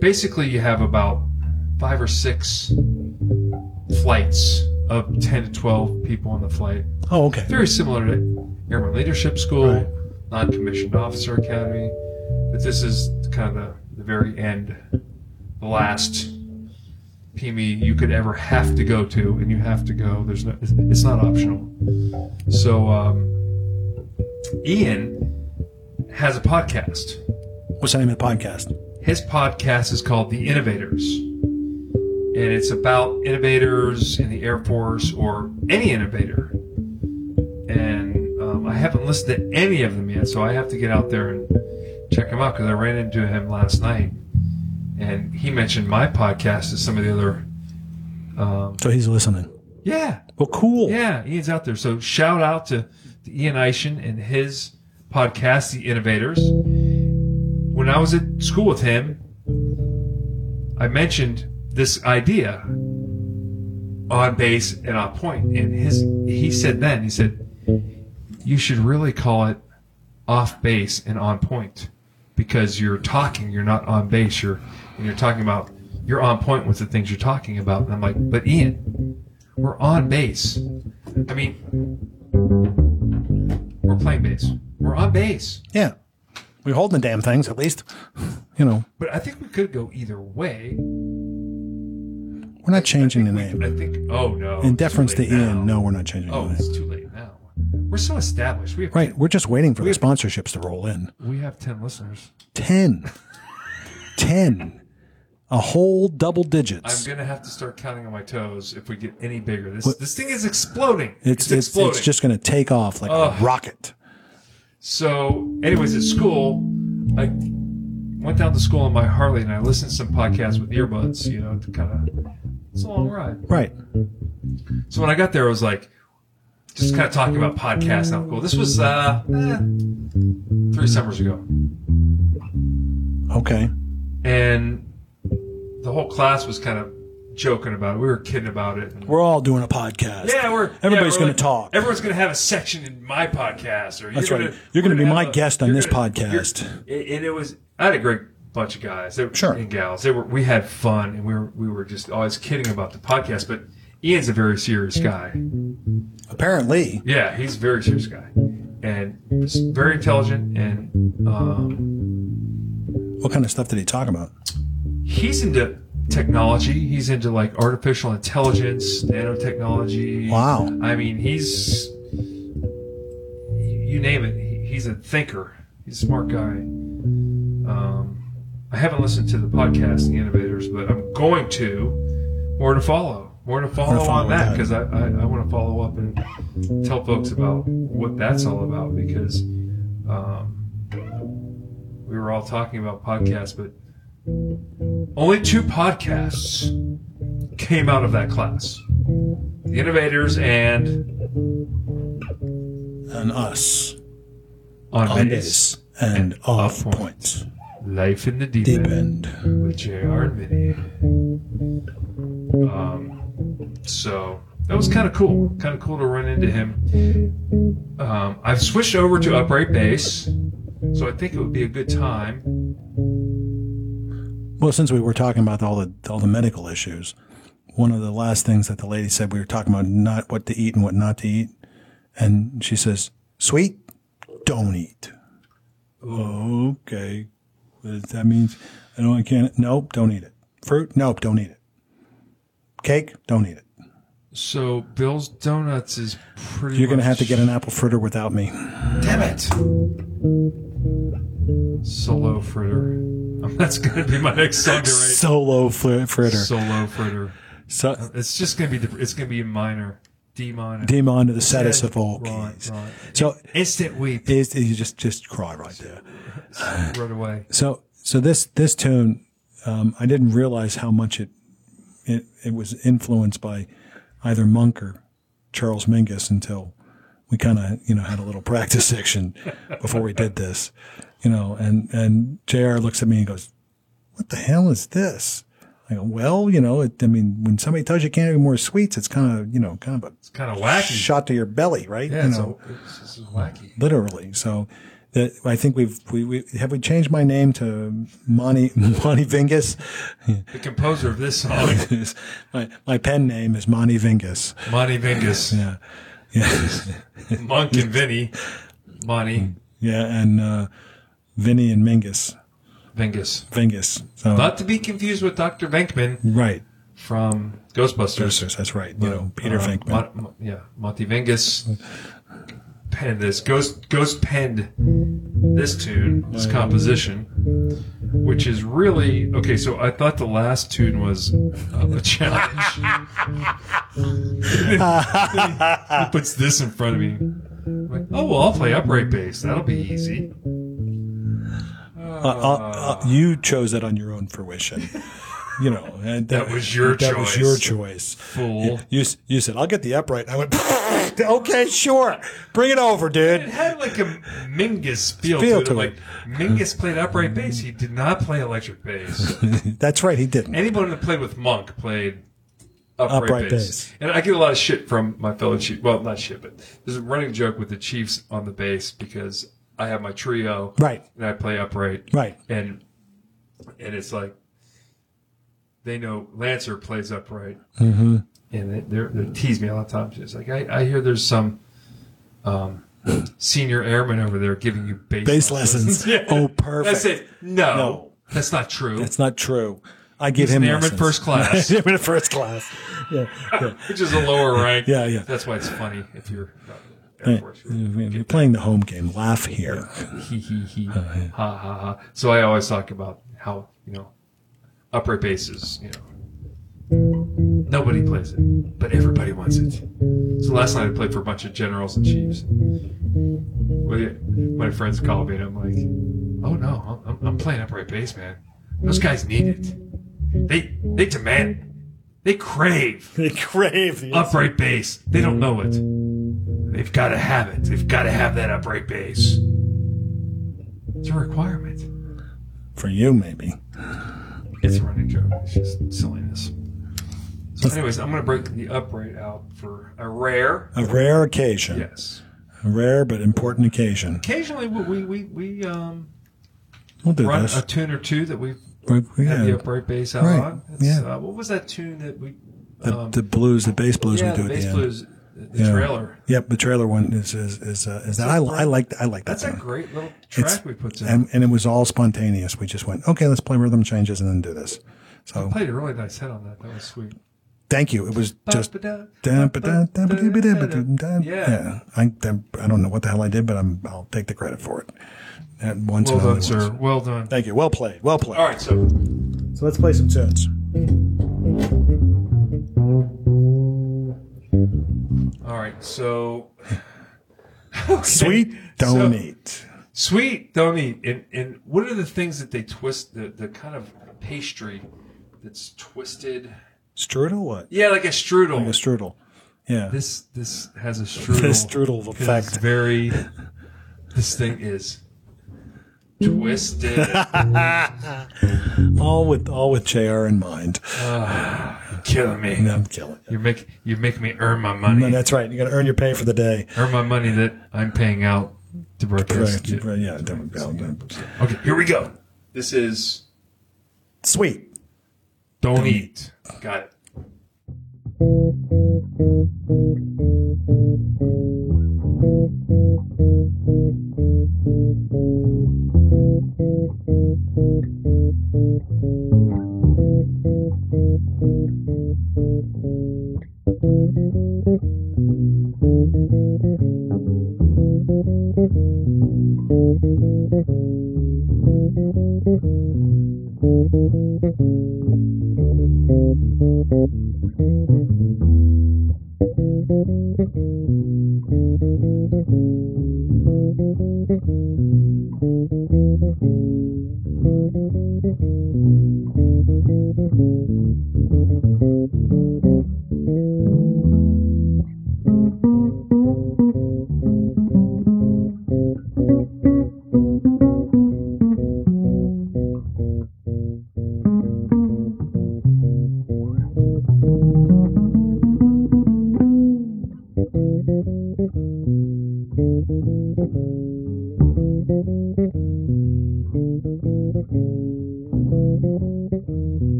Basically, you have about five or six flights of 10 to 12 people on the flight.
Oh, okay.
Very similar to Airman Leadership School,
Right.
Non Commissioned Officer Academy. But this is kind of the, the very end, the last PME you could ever have to go to, and you have to go. There's no, it's- it's not optional. So, um, Ian has a podcast.
What's the name of the podcast?
His podcast is called The Innovators. And it's about innovators in the Air Force or any innovator. And um, I haven't listened to any of them yet, so I have to get out there and check him out because I ran into him last night. And he mentioned my podcast to some of the other. Um,
So he's listening.
yeah,
Well, cool.
yeah, Ian's out there. So shout out to, to Ian Eishen and his podcast, The Innovators. When I was at school with him, I mentioned this idea on base and on point, and his he said then he said you should really call it off base and on point because you're talking, you're not on base, you're and you're talking about you're on point with the things you're talking about. And I'm like, but Ian, we're on base. I mean, we're playing bass. We're on base.
Yeah. We're holding the damn things, at least. You know,
But I think we could go either way.
we're not changing the
We-
name.
I think. Oh no.
In deference to
it's too late
Ian,
now.
no, we're not changing
Oh,
the name.
it's too late now. We're so established. We have
Right. We're just waiting for the sponsorships to roll in.
we have ten listeners.
10. 10. A whole double
I'm
digits.
gonna have to start counting on my toes if we get any bigger. This this thing is exploding.
It's, it's, it's,
exploding.
just going to take off like a rocket.
So, anyways, at school, I went down to school on my Harley and I listened to some podcasts with earbuds, you know, to kind of, it's a long ride.
Right.
So when I got there, I was like, just kind of talking about podcasts. Now, cool. This was uh, eh, three summers ago.
Okay.
And the whole class was kind of joking about it. We were kidding about it. And,
We're all doing a podcast.
yeah, we're
Everybody's
yeah, we're
gonna
like-
talk.
Everyone's going to have a section in my podcast, or
That's
you're
right.
Gonna,
You're gonna be
have
my guest on
you're
this
gonna- you're-
podcast.
it- and it was I had a great bunch of guys they were,
Sure.
and gals. They were we had fun and we were we were just always kidding about the podcast. But Ian's a very serious
Mm.
guy.
Apparently.
Yeah, he's a very serious guy and he's very intelligent. And um,
What kind of stuff did he talk about?
he's into technology. He's into like artificial intelligence, nanotechnology.
Wow.
I mean, he's you name it. he- He's a thinker. He's a smart guy. Um, I haven't listened to the podcast, The Innovators, but I'm going to. More to follow. More to follow,
follow
on that
that.
because I, I, I want to follow up and tell folks about what that's all about because um, we were all talking about podcasts, but only two podcasts came out of that class The Innovators and
And us
On,
on
Base.
base and off
Off
points.
Life in the Deep,
Deep
End.
end.
with JR and Vinny. Um, so that was kind of cool. Kind of cool to run into him. Um, I've switched over to upright bass, so I think it would be a good time.
Well, since we were talking about all the all the medical issues, one of the last things that the lady said we were talking about not what to eat and what not to eat, and she says, "Sweet, don't eat." Okay, But that means I don't I can't. Nope, don't eat it. Fruit, nope, don't eat it. Cake, don't eat it.
So Bill's Donuts is pretty.
You're gonna
much-
have to get an apple fritter without me.
Damn it! Solo fritter. Um, That's gonna be my next song to write.
Solo fr- fritter.
Solo fritter.
So,
It's just gonna be. The, it's gonna be a minor, D minor.
demon onto the status of all
Right,
keys.
right.
So
Instant weep.
is you just just cry right there.
Right away.
So so this this tune, um, I didn't realize how much it, it it was influenced by either Monk or Charles Mingus until we kind of you know had a little practice section before we did this, you know. And and Jr. looks at me and goes, "What the hell is this?" I go, "Well, you know, it, I mean, when somebody tells you can't have any more sweets, it's kind of you know kind of
It's kind of
a
wacky.
shot to your belly, right?
Yeah,
you
it's,
know,
a, it's, it's wacky.
literally. So that I think we've we, we have we changed my name to Monty Monty Vingus.
The composer of this song,
my my pen name is Monty Vingus.
Monty Vingus,
Yeah, yeah,
Monk and Vinny, Monty
yeah, and uh, Vinny and Mingus
Vingus.
Vingus. So
Not to be confused with Dr. Venkman
right,
from Ghostbusters.
that's that's right. You know, Peter
Uh,
Venkman.
Mon- Mon- yeah, Monty Vingus penned this. Ghost, Ghost penned this tune, this composition, which is really. Okay, so I thought the last tune was uh, a challenge. he puts this in front of me. I'm like, oh, well, I'll play upright bass. That'll be easy.
Uh, uh, uh, you chose that on your own fruition. You know, and that,
was your
that
choice.
was your choice.
Fool.
You s- you said I'll get the upright. I went, okay, sure, bring it over, dude.
It had like a Mingus feel,
Feel
to it.
to
Like
it.
Mingus played upright bass. He did not play electric bass.
That's right, he didn't.
anyone that played with Monk played upright,
Upright
bass.
bass.
And I get a lot of shit from my fellow Chiefs. Well, not shit, but there's a running joke with the Chiefs on the bass because I have my trio,
Right.
and I play upright,
Right.
and and it's like they know Lancer plays upright, mm-hmm. and they, they're, they tease me all the time. It's like I, I hear there's some. Um, senior airman over there giving you bass,
Bass lessons. Oh, perfect.
That's it. No,
No.
that's not true.
That's not true. I give him
an airman
lessons.
first class.
Airman first class. Yeah, yeah.
which is a lower rank.
Yeah, yeah.
That's why it's funny if you're not in the Air
Hey,
Force.
You're playing the home game. Laugh here.
He he he.
Uh,
Ha ha ha. So I always talk about how you know upright bass is you know nobody plays it, but everybody wants it. So last night I played for a bunch of generals and chiefs. Well, My friends called me and I'm like, oh no, I'm, I'm playing upright bass, man. Those guys need it. They they demand. it. They crave
They crave the
Uh,
upright bass. They don't know it. They've got to have it. They've got to have that upright bass. It's a requirement.
For you, maybe.
It's a running joke. It's just silliness. So, anyways, I'm going to break the upright out for a rare.
A rare occasion.
Yes.
A rare but important occasion.
Occasionally, we we we um,
We'll do
run uh,
this.
a tune or two that we've
We- we
had
had
the upright bass out
Right.
on. That's,
Yeah.
uh, what was that tune that we? um,
the, the blues, the bass blues
yeah,
we do
the
at
bass
the end.
blues, the the
Yeah.
trailer.
Yep, the trailer one is is is, uh, is that I, I like I like that.
That's a
one.
great little track
It's-
we put in.
and, and it was all spontaneous. We just went, okay, let's play rhythm changes and then do this. So
Played a really nice head on that. That was sweet.
Thank you. It was just.
Ba-ba-da, ba-ba-da-da-da-da. Yeah.
Yeah, I I don't know what the hell I did, but I'm I'll take the credit for it. And once
Well
and
done,
only
sir.
once.
Well done.
Thank you. Well played. Well played.
All right, so
So let's play some tunes.
all right, so
Sweet
So-
don't eat.
sweet don't eat. And and what are the things that they twist the the kind of pastry that's twisted?
Strudel what?
Yeah, like a strudel.
Like a strudel. Yeah.
this this has a strudel.
The strudel
because
effect.
It's very. This thing is twisted.
All with all with JR in mind.
Killing me.
I'm killing
You
you.
make you make me earn my money.
No, that's right. You got to earn your pay for the day.
earn my money that I'm paying out to broadcast.
Right. right, Yeah. that would be-
Okay, here we go. This is
Sweet.
don't, eat. Got it.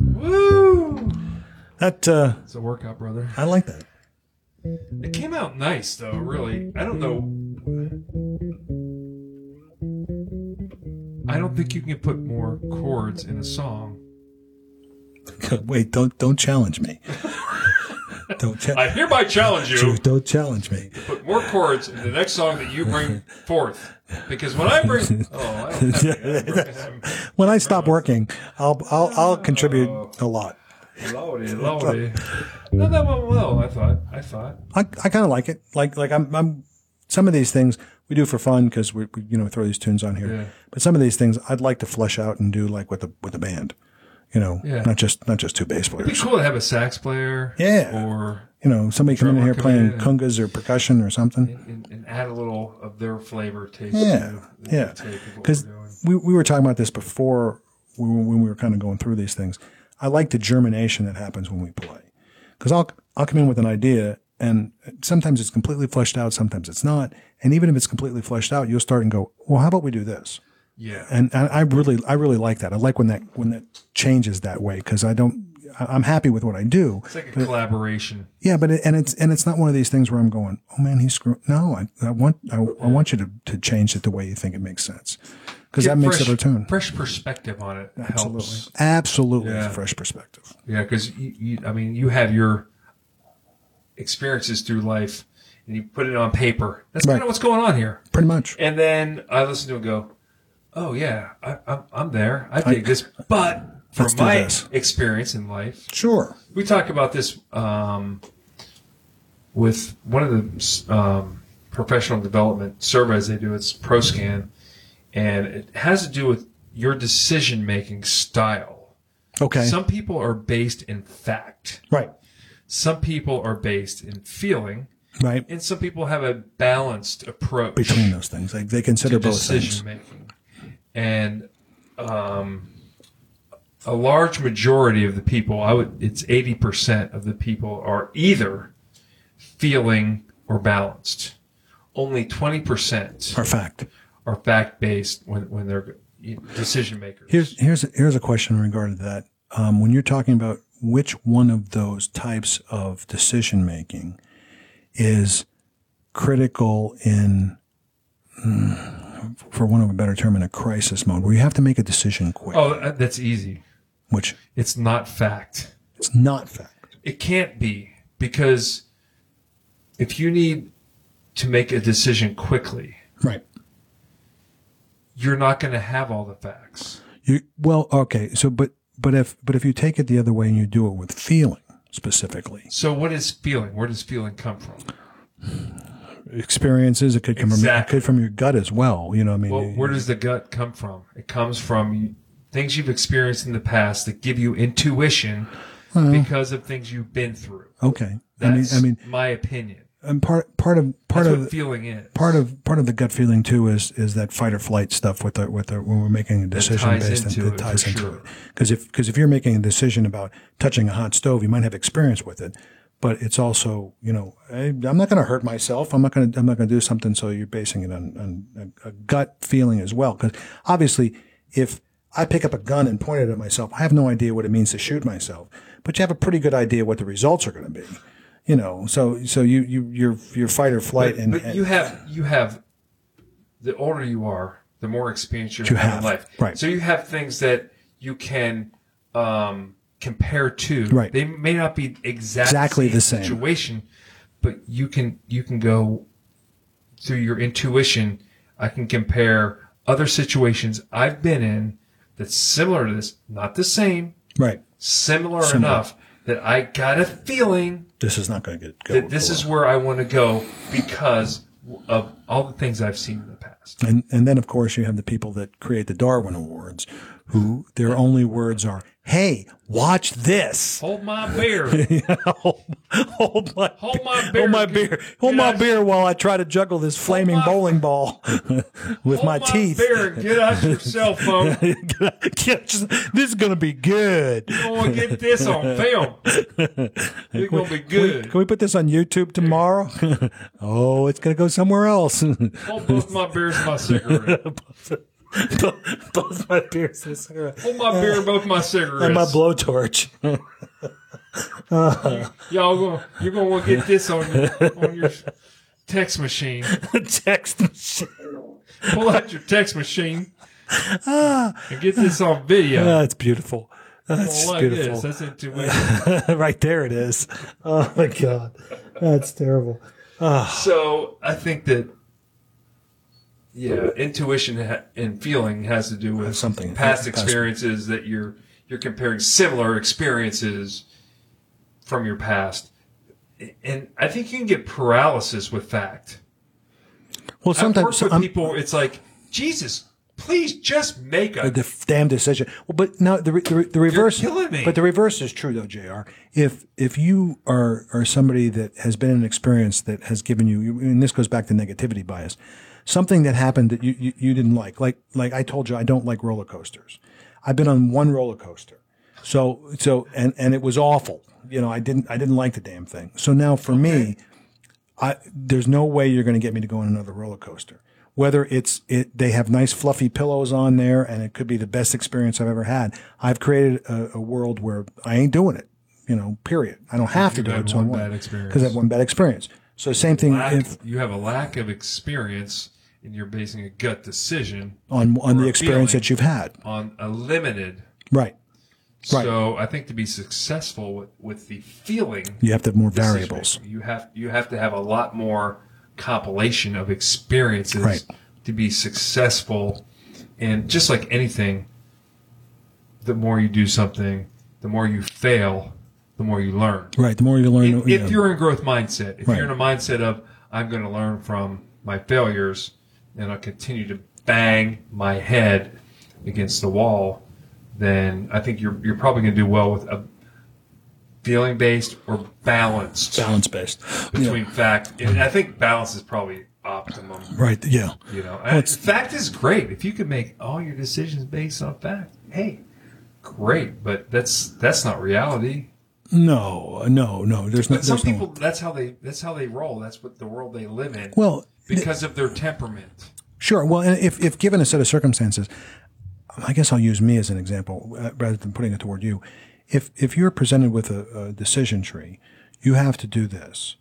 Woo!
That uh,
It's a workout, brother.
I like that.
It came out nice, though. Really, I don't know. I don't think you can put more chords in a song.
Wait, don't don't challenge me.
I
don't challenge.
hereby challenge you
Don't challenge me.
to put more chords in the next song that you bring forth, because when I bring, oh, I don't have to-
When I stop working, I'll I'll, I'll contribute a lot.
Lordy, lordy. Not that one well, I thought. I thought.
I, I kind of like it. Like like I'm, I'm some of these things we do for fun because we, we you know throw these tunes on here.
Yeah.
But some of these things I'd like to flesh out and do like with the with the band, you know,
Yeah.
not just not just two bass players.
It'd be cool to have a sax player.
Yeah.
Or
You know, somebody come in
Drummer
here
come
playing
in and-
kungas or percussion or something.
and, and add a little of their flavor taste.
Yeah, yeah. Because
Because
we, we were talking about this before we, were- when we were kind of going through these things. I like the germination that happens when we play. Because I'll, I'll come in with an idea, and sometimes it's completely fleshed out, sometimes it's not. And even if it's completely fleshed out, you'll start and go, well, how about we do this?
Yeah.
and I, I really I really like that. I like when that when that changes that way because I don't I- I'm happy with what I do.
It's like a collaboration.
Yeah, but it, and it's and it's not one of these things where I'm going, oh man, he's screwing. No, I, I want I, I want you to, to change it the way you think it makes sense because that makes
fresh,
it our tune.
Fresh perspective on it helps.
Absolutely, absolutely,
Yeah.
fresh perspective.
Yeah, because you, you, I mean, you have your experiences through life, and you put it on paper. That's kind
Right.
of what's going on here.
Pretty much,
And then I listen to it and go, "Oh yeah, I, I'm I'm there. I dig this." But from
Let's do
my
this.
experience in life,
sure.
we talk about this um, with one of the um, professional development surveys they do. It's ProScan, and it has to do with your decision making style.
Okay,
Some people are based in fact.
right,
Some people are based in feeling,
right.
and some people have a balanced approach
Between those things, like they consider both things.
decision making. And um, a large majority of the people, I would, it's eighty percent of the people are either feeling or balanced. Only twenty percent
Are fact.
are fact based when when they're decision makers.
Here's here's here's a question in regard to that. Um, when you're talking about which one of those types of decision making is critical in, mm, for want of a better term, in a crisis mode, where you have to make a decision quick,
oh, that- that's easy.
which
It's not fact.
it's not fact.
It can't be because if you need to make a decision quickly,
Right.
you're not going to have all the facts.
You well, okay. So, but but if but if you take it the other way and you do it with feeling specifically,
So, what is feeling? Where does feeling come from?
experiences, it could come
Exactly.
from it could from your gut as well. You know, what I mean,
Well, where does the gut come from? It comes from things you've experienced in the past that give you intuition because of things you've been through.
okay. Uh-huh. I mean,
That's
I mean,
my opinion.
and part part of part
That's
of
what feeling is.
part of part of the gut feeling too is is that fight or flight stuff with the with the when we're making a decision
ties
based
into
on
it,
it ties
for
into
sure.
it because if because if you're making a decision about touching a hot stove you might have experience with it but it's also you know I, I'm not going to hurt myself I'm not going to I'm not going to do something so you're basing it on, on a, a gut feeling as well because obviously if I pick up a gun and point it at myself I have no idea what it means to shoot myself but you have a pretty good idea what the results are going to be. You know, so so you you your your fight or flight and,
but
and-
you have you have the older you are, the more experience you, have,
have,
in life.
right.
So you have things that you can um, compare to.
Right.
They may not be exact
Exactly the same.
situation, but you can you can go through your intuition. I can compare other situations I've been in that's similar to this, not the same,
right.
similar, enough that I got a feeling
this is not going to get go.
that this is where I want to go because of all the things I've seen in the past.
and and then of course you have the people that create the Darwin Awards, who their only words are, "Hey, watch this."
Hold my beer.
hold my
Hold my beer.
hold my beer, hold my beer while I try to juggle this flaming
my-
bowling ball with
Hold
my, teeth.
beer and get out your cell phone.
this is going to be good.
I want to get this on film. It's going to be good.
Can we put this on YouTube tomorrow? oh, it's going to go somewhere else.
Hold both my beers and my cigarette.
both, both my beers and cigarette.
Hold my beer and both my cigarettes.
and my blowtorch.
Y'all gonna, you're going to want to get this on your, on your text machine.
text machine.
Pull out your text machine
Ah.
and get this on video.
Oh, it's beautiful. That's
Well, like
beautiful.
this. That's intuition.
right there it is. Oh my god, that's terrible.
So I think that yeah, intuition ha- and feeling has to do with
something-
past
past-
experiences that you're you're comparing similar experiences from your past, and I think you can get paralysis with fact.
Well,
Sometimes I've worked
sometimes
with
I'm-
people, it's like Jesus, please just make a
the f- damn decision. Well, but no, the re- the, re- the reverse.
killing me.
But the reverse is true though, Jr. If if you are are somebody that has been in an experience that has given you, you- and this goes back to negativity bias, something that happened that you, you you didn't like. Like like I told you, I don't like roller coasters. I've been on one roller coaster, so so and and it was awful. You know, I didn't I didn't like the damn thing. So now for me. I, there's no way you're going to get me to go on another roller coaster. Whether it's it, they have nice fluffy pillows on there, and it could be the best experience I've ever had. I've created a, a world where I ain't doing it. You know, period. I don't have to
You've
do
had
it.
one bad experience.
because I have one bad experience. So same thing
Lack-
if,
you have a lack of experience, and you're basing a gut decision
on on the experience
feeling.
that you've had.
on a limited.
Right. Right.
So I think to be successful with, with the feeling
You have to have more
decision
variables.
making, you have you have to have a lot more compilation of experiences
Right.
to be successful. And just like anything, the more you do something, the more you fail, the more you learn.
Right. The more you learn,
if,
you know,
if you're in growth mindset, if
Right.
you're in a mindset of I'm going to learn from my failures and I'll continue to bang my head against the wall, then I think you're you're probably going to do well with a feeling based or balanced
balance based. Yeah.
between fact and I think balance is probably optimum.
Right. Yeah.
You know,
Well, it's-
fact is great if you can make all your decisions based on fact. Hey, great, but that's that's not reality.
No. No. No. There's no.
But some
There's
people,
no.
that's how they that's how they roll. That's what the world they live in.
Well,
because of their temperament.
Sure. Well, and if, if given a set of circumstances, I guess I'll use me as an example uh, rather than putting it toward you. If if you're presented with a, a decision tree, you have to do this,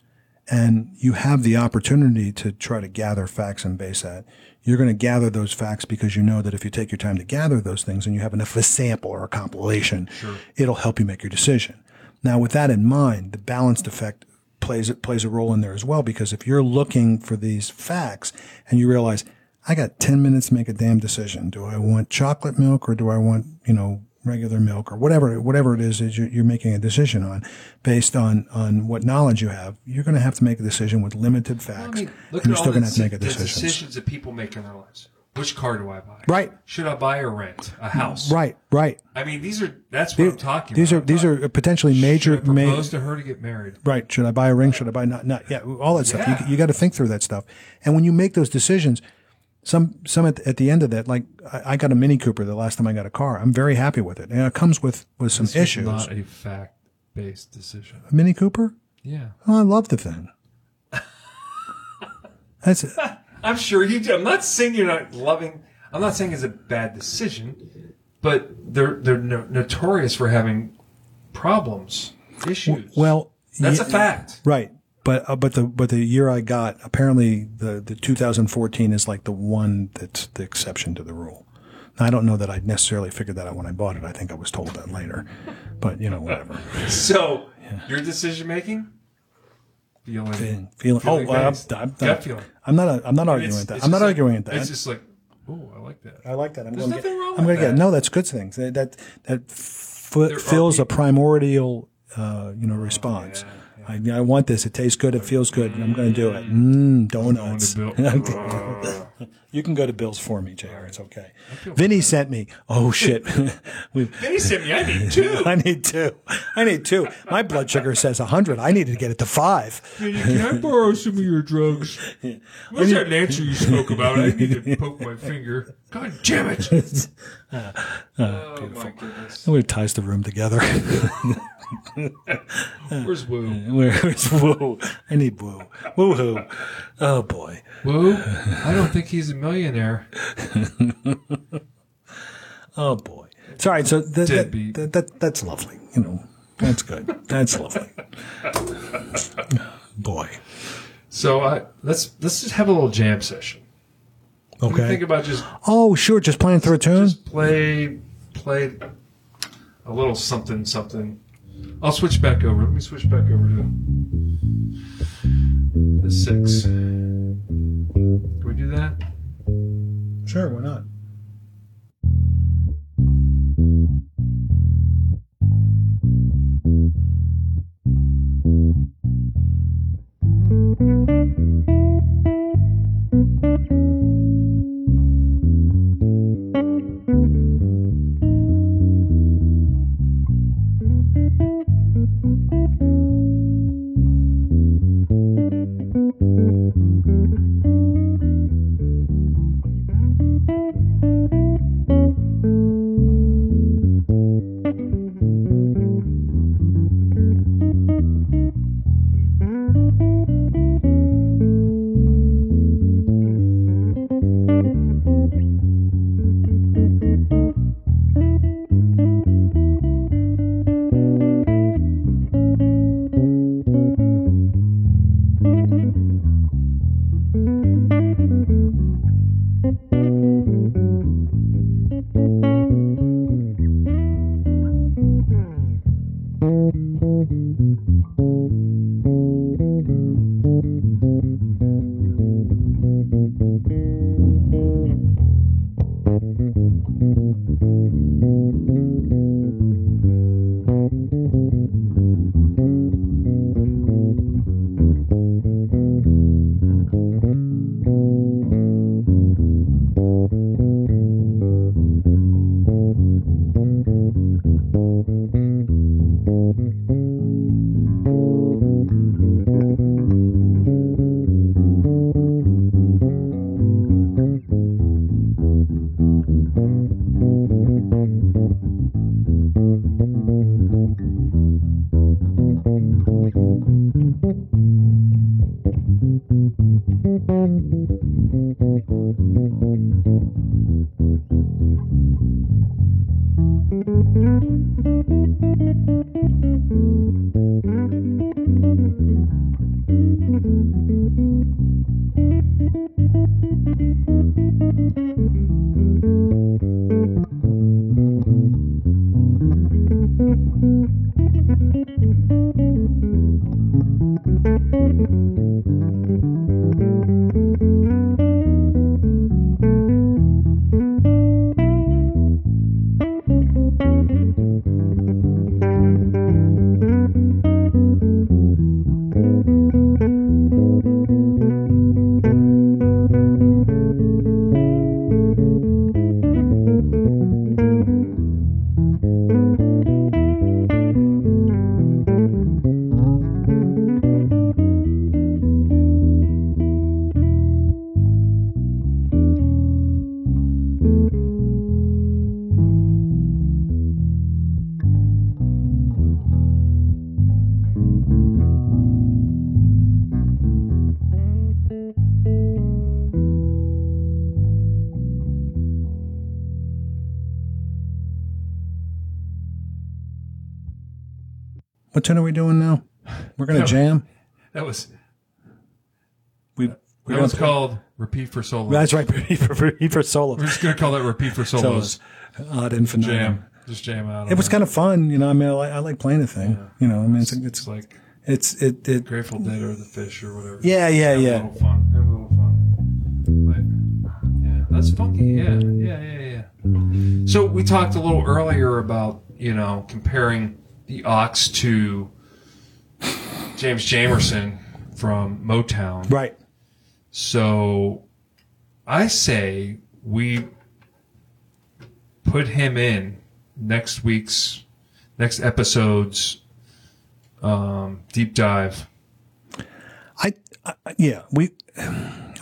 and you have the opportunity to try to gather facts and base that. You're going to gather those facts because you know that if you take your time to gather those things and you have enough of a sample or a compilation, it'll help you make your decision. Now, with that in mind, the balanced effect plays plays a role in there as well because if you're looking for these facts and you realize I got 10 minutes to make a damn decision. Do I want chocolate milk or do I want, you know, regular milk or whatever whatever it is that you're, you're making a decision on based on on what knowledge you have. You're going to have to make a decision with limited facts and you're still going to have to make a
the
decision.
decisions that people make in their lives. Which car do I buy?
Right.
Should I buy or rent a house?
Right, right.
I mean, these are that's what I'm talking
These are
about.
these are potentially
Should I
major major
propose to her to get married.
Right. Should I buy a ring? Should I buy not? Not yeah. All that stuff.
Yeah.
You, you got to think through that stuff. And when you make those decisions, some some at, at the end of that, like I, I got a Mini Cooper the last time I got a car. I'm very happy with it, and it comes with with some
It's
issues.
not a fact based decision.
Mini Cooper.
Yeah,
Oh, I love the thing. That's it.
I'm sure you. do. I'm not saying you're not loving. I'm not saying it's a bad decision, but they're they're no, notorious for having problems, issues.
Well,
that's
ye-
a fact.
Right. But uh, but the but the year I got apparently the the 2014 is like the one that's the exception to the rule. Now, I don't know that I necessarily figured that out when I bought it. I think I was told that later. But you know whatever.
So your decision making, feeling,
Feeling, feeling,
Feeling
oh, well, I'm,
based.
I'm,
Gut
not,
feeling.
I'm not I'm not arguing
It's-
with that.
it's
I'm
just
not
like-
arguing with that.
It's just like, oh, I like that.
I like that. I'm
There's
gonna
nothing
get,
wrong
I'm
with
gonna get
that.
no. That's good things. That that that f- fills a
people-
primordial, uh,
Oh,
you know, response. I, I want this. It tastes good. It feels good. and I'm going to do it. Mm, donuts.
Bill.
you can go to Bill's for me, Jr. It's okay. Vinny sent me. Oh shit, we.
Then he sent me, I need two.
I need two. I need two. My blood sugar says 100. I need to get it to five.
Can I borrow some of your drugs? What's that Nancy you spoke about? I need to poke my finger. God damn it! oh my goodness.
It ties the room together.
Where's Woo?
Where's woo? I need woo. Woo hoo. Oh boy.
Woo? I don't think he's a millionaire.
Oh boy. It's all right. So that, that,
Deadbeat.
that, that that's lovely. You know, that's good. That's lovely. boy.
So I, let's let's just have a little jam session. What do you
Okay.
Think about just
oh, sure. Just playing through a tune.
just play play a little something something. I'll switch back over. Let me switch back over to the six. Can we do that?
sure. Why not? What tune are we doing now? We're gonna
No.
jam.
That was
We we're
that was
gonna-
called repeat for solos.
That's right. Repeat for, repeat for
We're
solos.
just gonna call that repeat for solos.
Solos. Ad infinitum.
Jam, just jam out.
It was kind of fun, you know. I mean, I like, I like playing the thing. You know, I mean, it's
it's
it's
like
it's it, it
Grateful Dead or the Fish or whatever.
yeah yeah
Have a
yeah.
little fun. Have a little fun. Like, yeah, that's funky. Yeah, yeah, yeah, yeah. So we talked a little earlier about you know comparing the Ox to James Jamerson from Motown.
Right.
So I say we put him in next week's next episode's um, deep dive.
I, I yeah we.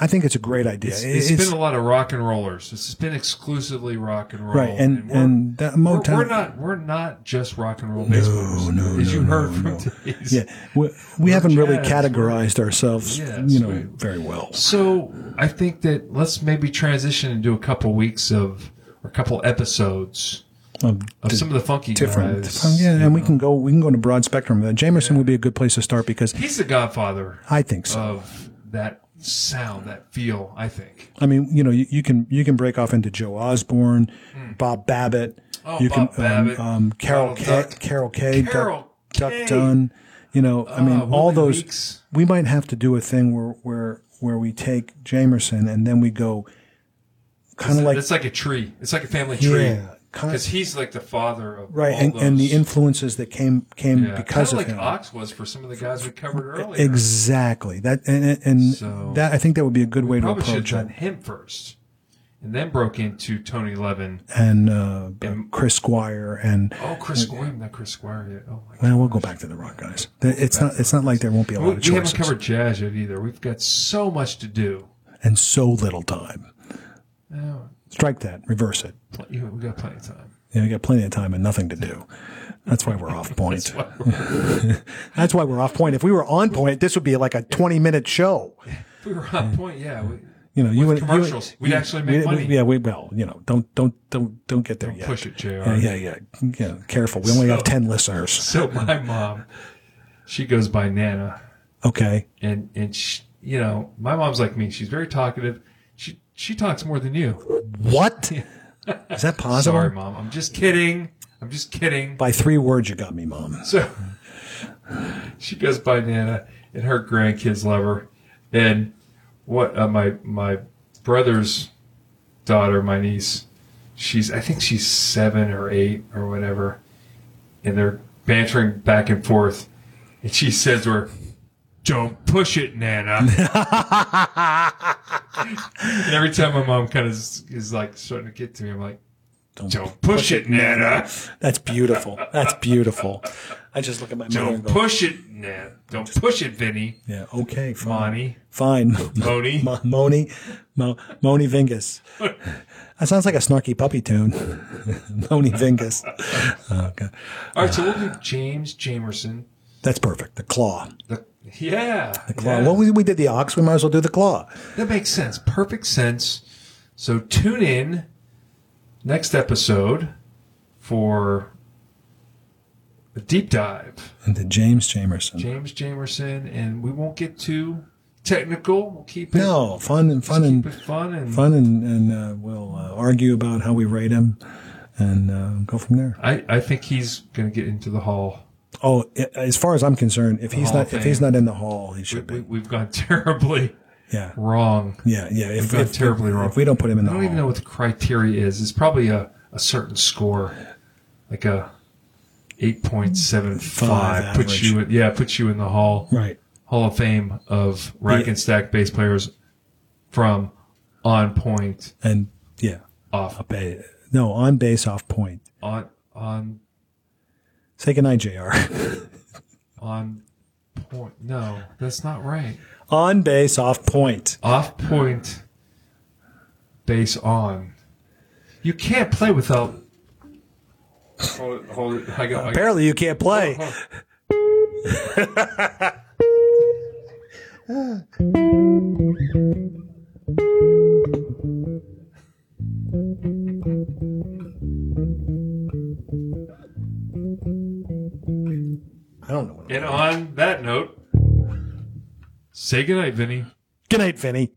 I think it's a great idea.
It's,
It-
it's been a lot of rock and rollers. It's been exclusively rock and roll.
right, and
we're-
and that
we're,
Motown.
we're not we're not just rock and roll bass players. as
no, no,
you heard
no,
from
no.
today's.
yeah, we, we haven't really
jazz.
categorized ourselves,
Yeah,
you know,
sweet.
very well.
So I think that let's maybe transition into a couple weeks of or a couple episodes
Of
of some of the funky
Um, different,
guys.
different- yeah, and we can go we can go into broad spectrum. Uh, Jamerson would be a good place to start because
He's the godfather
I think so.
of that sound, that feel. I think.
I mean, you know, you, you can you can break off into Joe Osborne, Bob Babbitt,
Hmm. Oh,
you
Bob
can
Babbitt,
um, um, Carol
Donald
K,
Duck.
Carol K,
Carol
Duck,
Kay.
Duck Dunn. You know, I mean,
Uh,
all
Willie
those.
Weeks.
We might have to do a thing where where where we take Jamerson and then we go, kind of like
it's like a tree. It's like a family tree.
Yeah, kind-
because he's like the father of
right,
all
and, and the
those.
influences that came came
Yeah,
because of
kinda
him.
like Ox was for some of the guys we covered earlier.
Exactly that, and, and- and
So-
that I think that would be a good way to
Probably should have
approach
done
it.
him first, and then broke into Tony Levin.
And uh, Chris Squire and
Oh, Chris Squire, not Chris Squire yet. Oh my god,
Well, we'll go back to the rock guys. Th- It's not. It's not like there won't be a
we,
lot of
we haven't
choices,
covered jazz yet either. We've got so much to do.
and so little time.
Oh,
Strike that. Reverse it.
pl- you- we got plenty of time.
You know, you got plenty of time and nothing to do. That's why we're off point. That's why we're off point. If we were on point, this would be like a twenty-minute show.
If we were on point, yeah. We,
You know, you
With
would- you would-
commercials, we'd actually make
we-
money.
Yeah, we well, you know, don't don't don't don't get there yet.
push it, Jr.
Yeah, yeah, yeah, yeah. Careful. We only have ten listeners.
So my mom, she goes by Nana,
Okay.
and and she, you know, my mom's like me. She's very talkative. She she talks more than you.
What? Is that possible?
Sorry, mom. I'm just kidding. I'm just kidding.
By three words, you got me, mom.
So she goes by Nana, and her grandkids love her. And what uh, my my brother's daughter, my niece, she's I think she's seven or eight or whatever, and they're bantering back and forth, and she says to her, "Don't push it, Nana." and every time my mom kind of is, is like starting to get to me, I'm like,
Don't-
"Don't push it, Nana."
That's beautiful. That's beautiful. I just look at my mother
Don't
and go,
push it. Nah, don't push it, Vinny.
yeah, okay, fine.
Bonnie.
Fine.
Moni.
Mo- Moni, Mo- Moni Vingus. That sounds like a snarky puppy tune. Moni Vingus. Oh, God.
All right, so we'll do James Jamerson.
That's perfect. The claw.
The, yeah.
Claw.
yeah.
Well, we, we did the ox. We might as well do the claw.
that makes sense. Perfect sense. So tune in next episode for a deep dive.
And to James Jamerson.
James Jamerson, and we won't get too technical. We'll keep it,
no, fun and fun
keep
and
it fun and
fun and, and uh, we'll uh, argue about how we rate him and uh, go from there.
I, I think he's going to get into the hall.
Oh, i- as far as I'm concerned, if he's
Hall
not
of
if he's
Fame.
not in the hall, he should
We,
be.
we've gone terribly
Yeah,
wrong.
yeah, yeah. If,
gone
if,
terribly
if,
wrong.
if we don't put him in the
I
hall,
don't even know what the criteria is. It's probably a, a certain score, like a eight point seven five
Five
puts
average.
you in, yeah puts you in the hall
right?
Hall of Fame of rack and stack bass players from on point
And yeah,
off
ba- no on base off point.
on on
Say goodnight, Jr.
on point. No, that's not right.
on base off point.
Off point, base on. You can't play without. Hold it, hold it. I got, I got-
Apparently, you can't play. I don't know. What
And on that note, say goodnight, Vinny.
Good night, Vinny.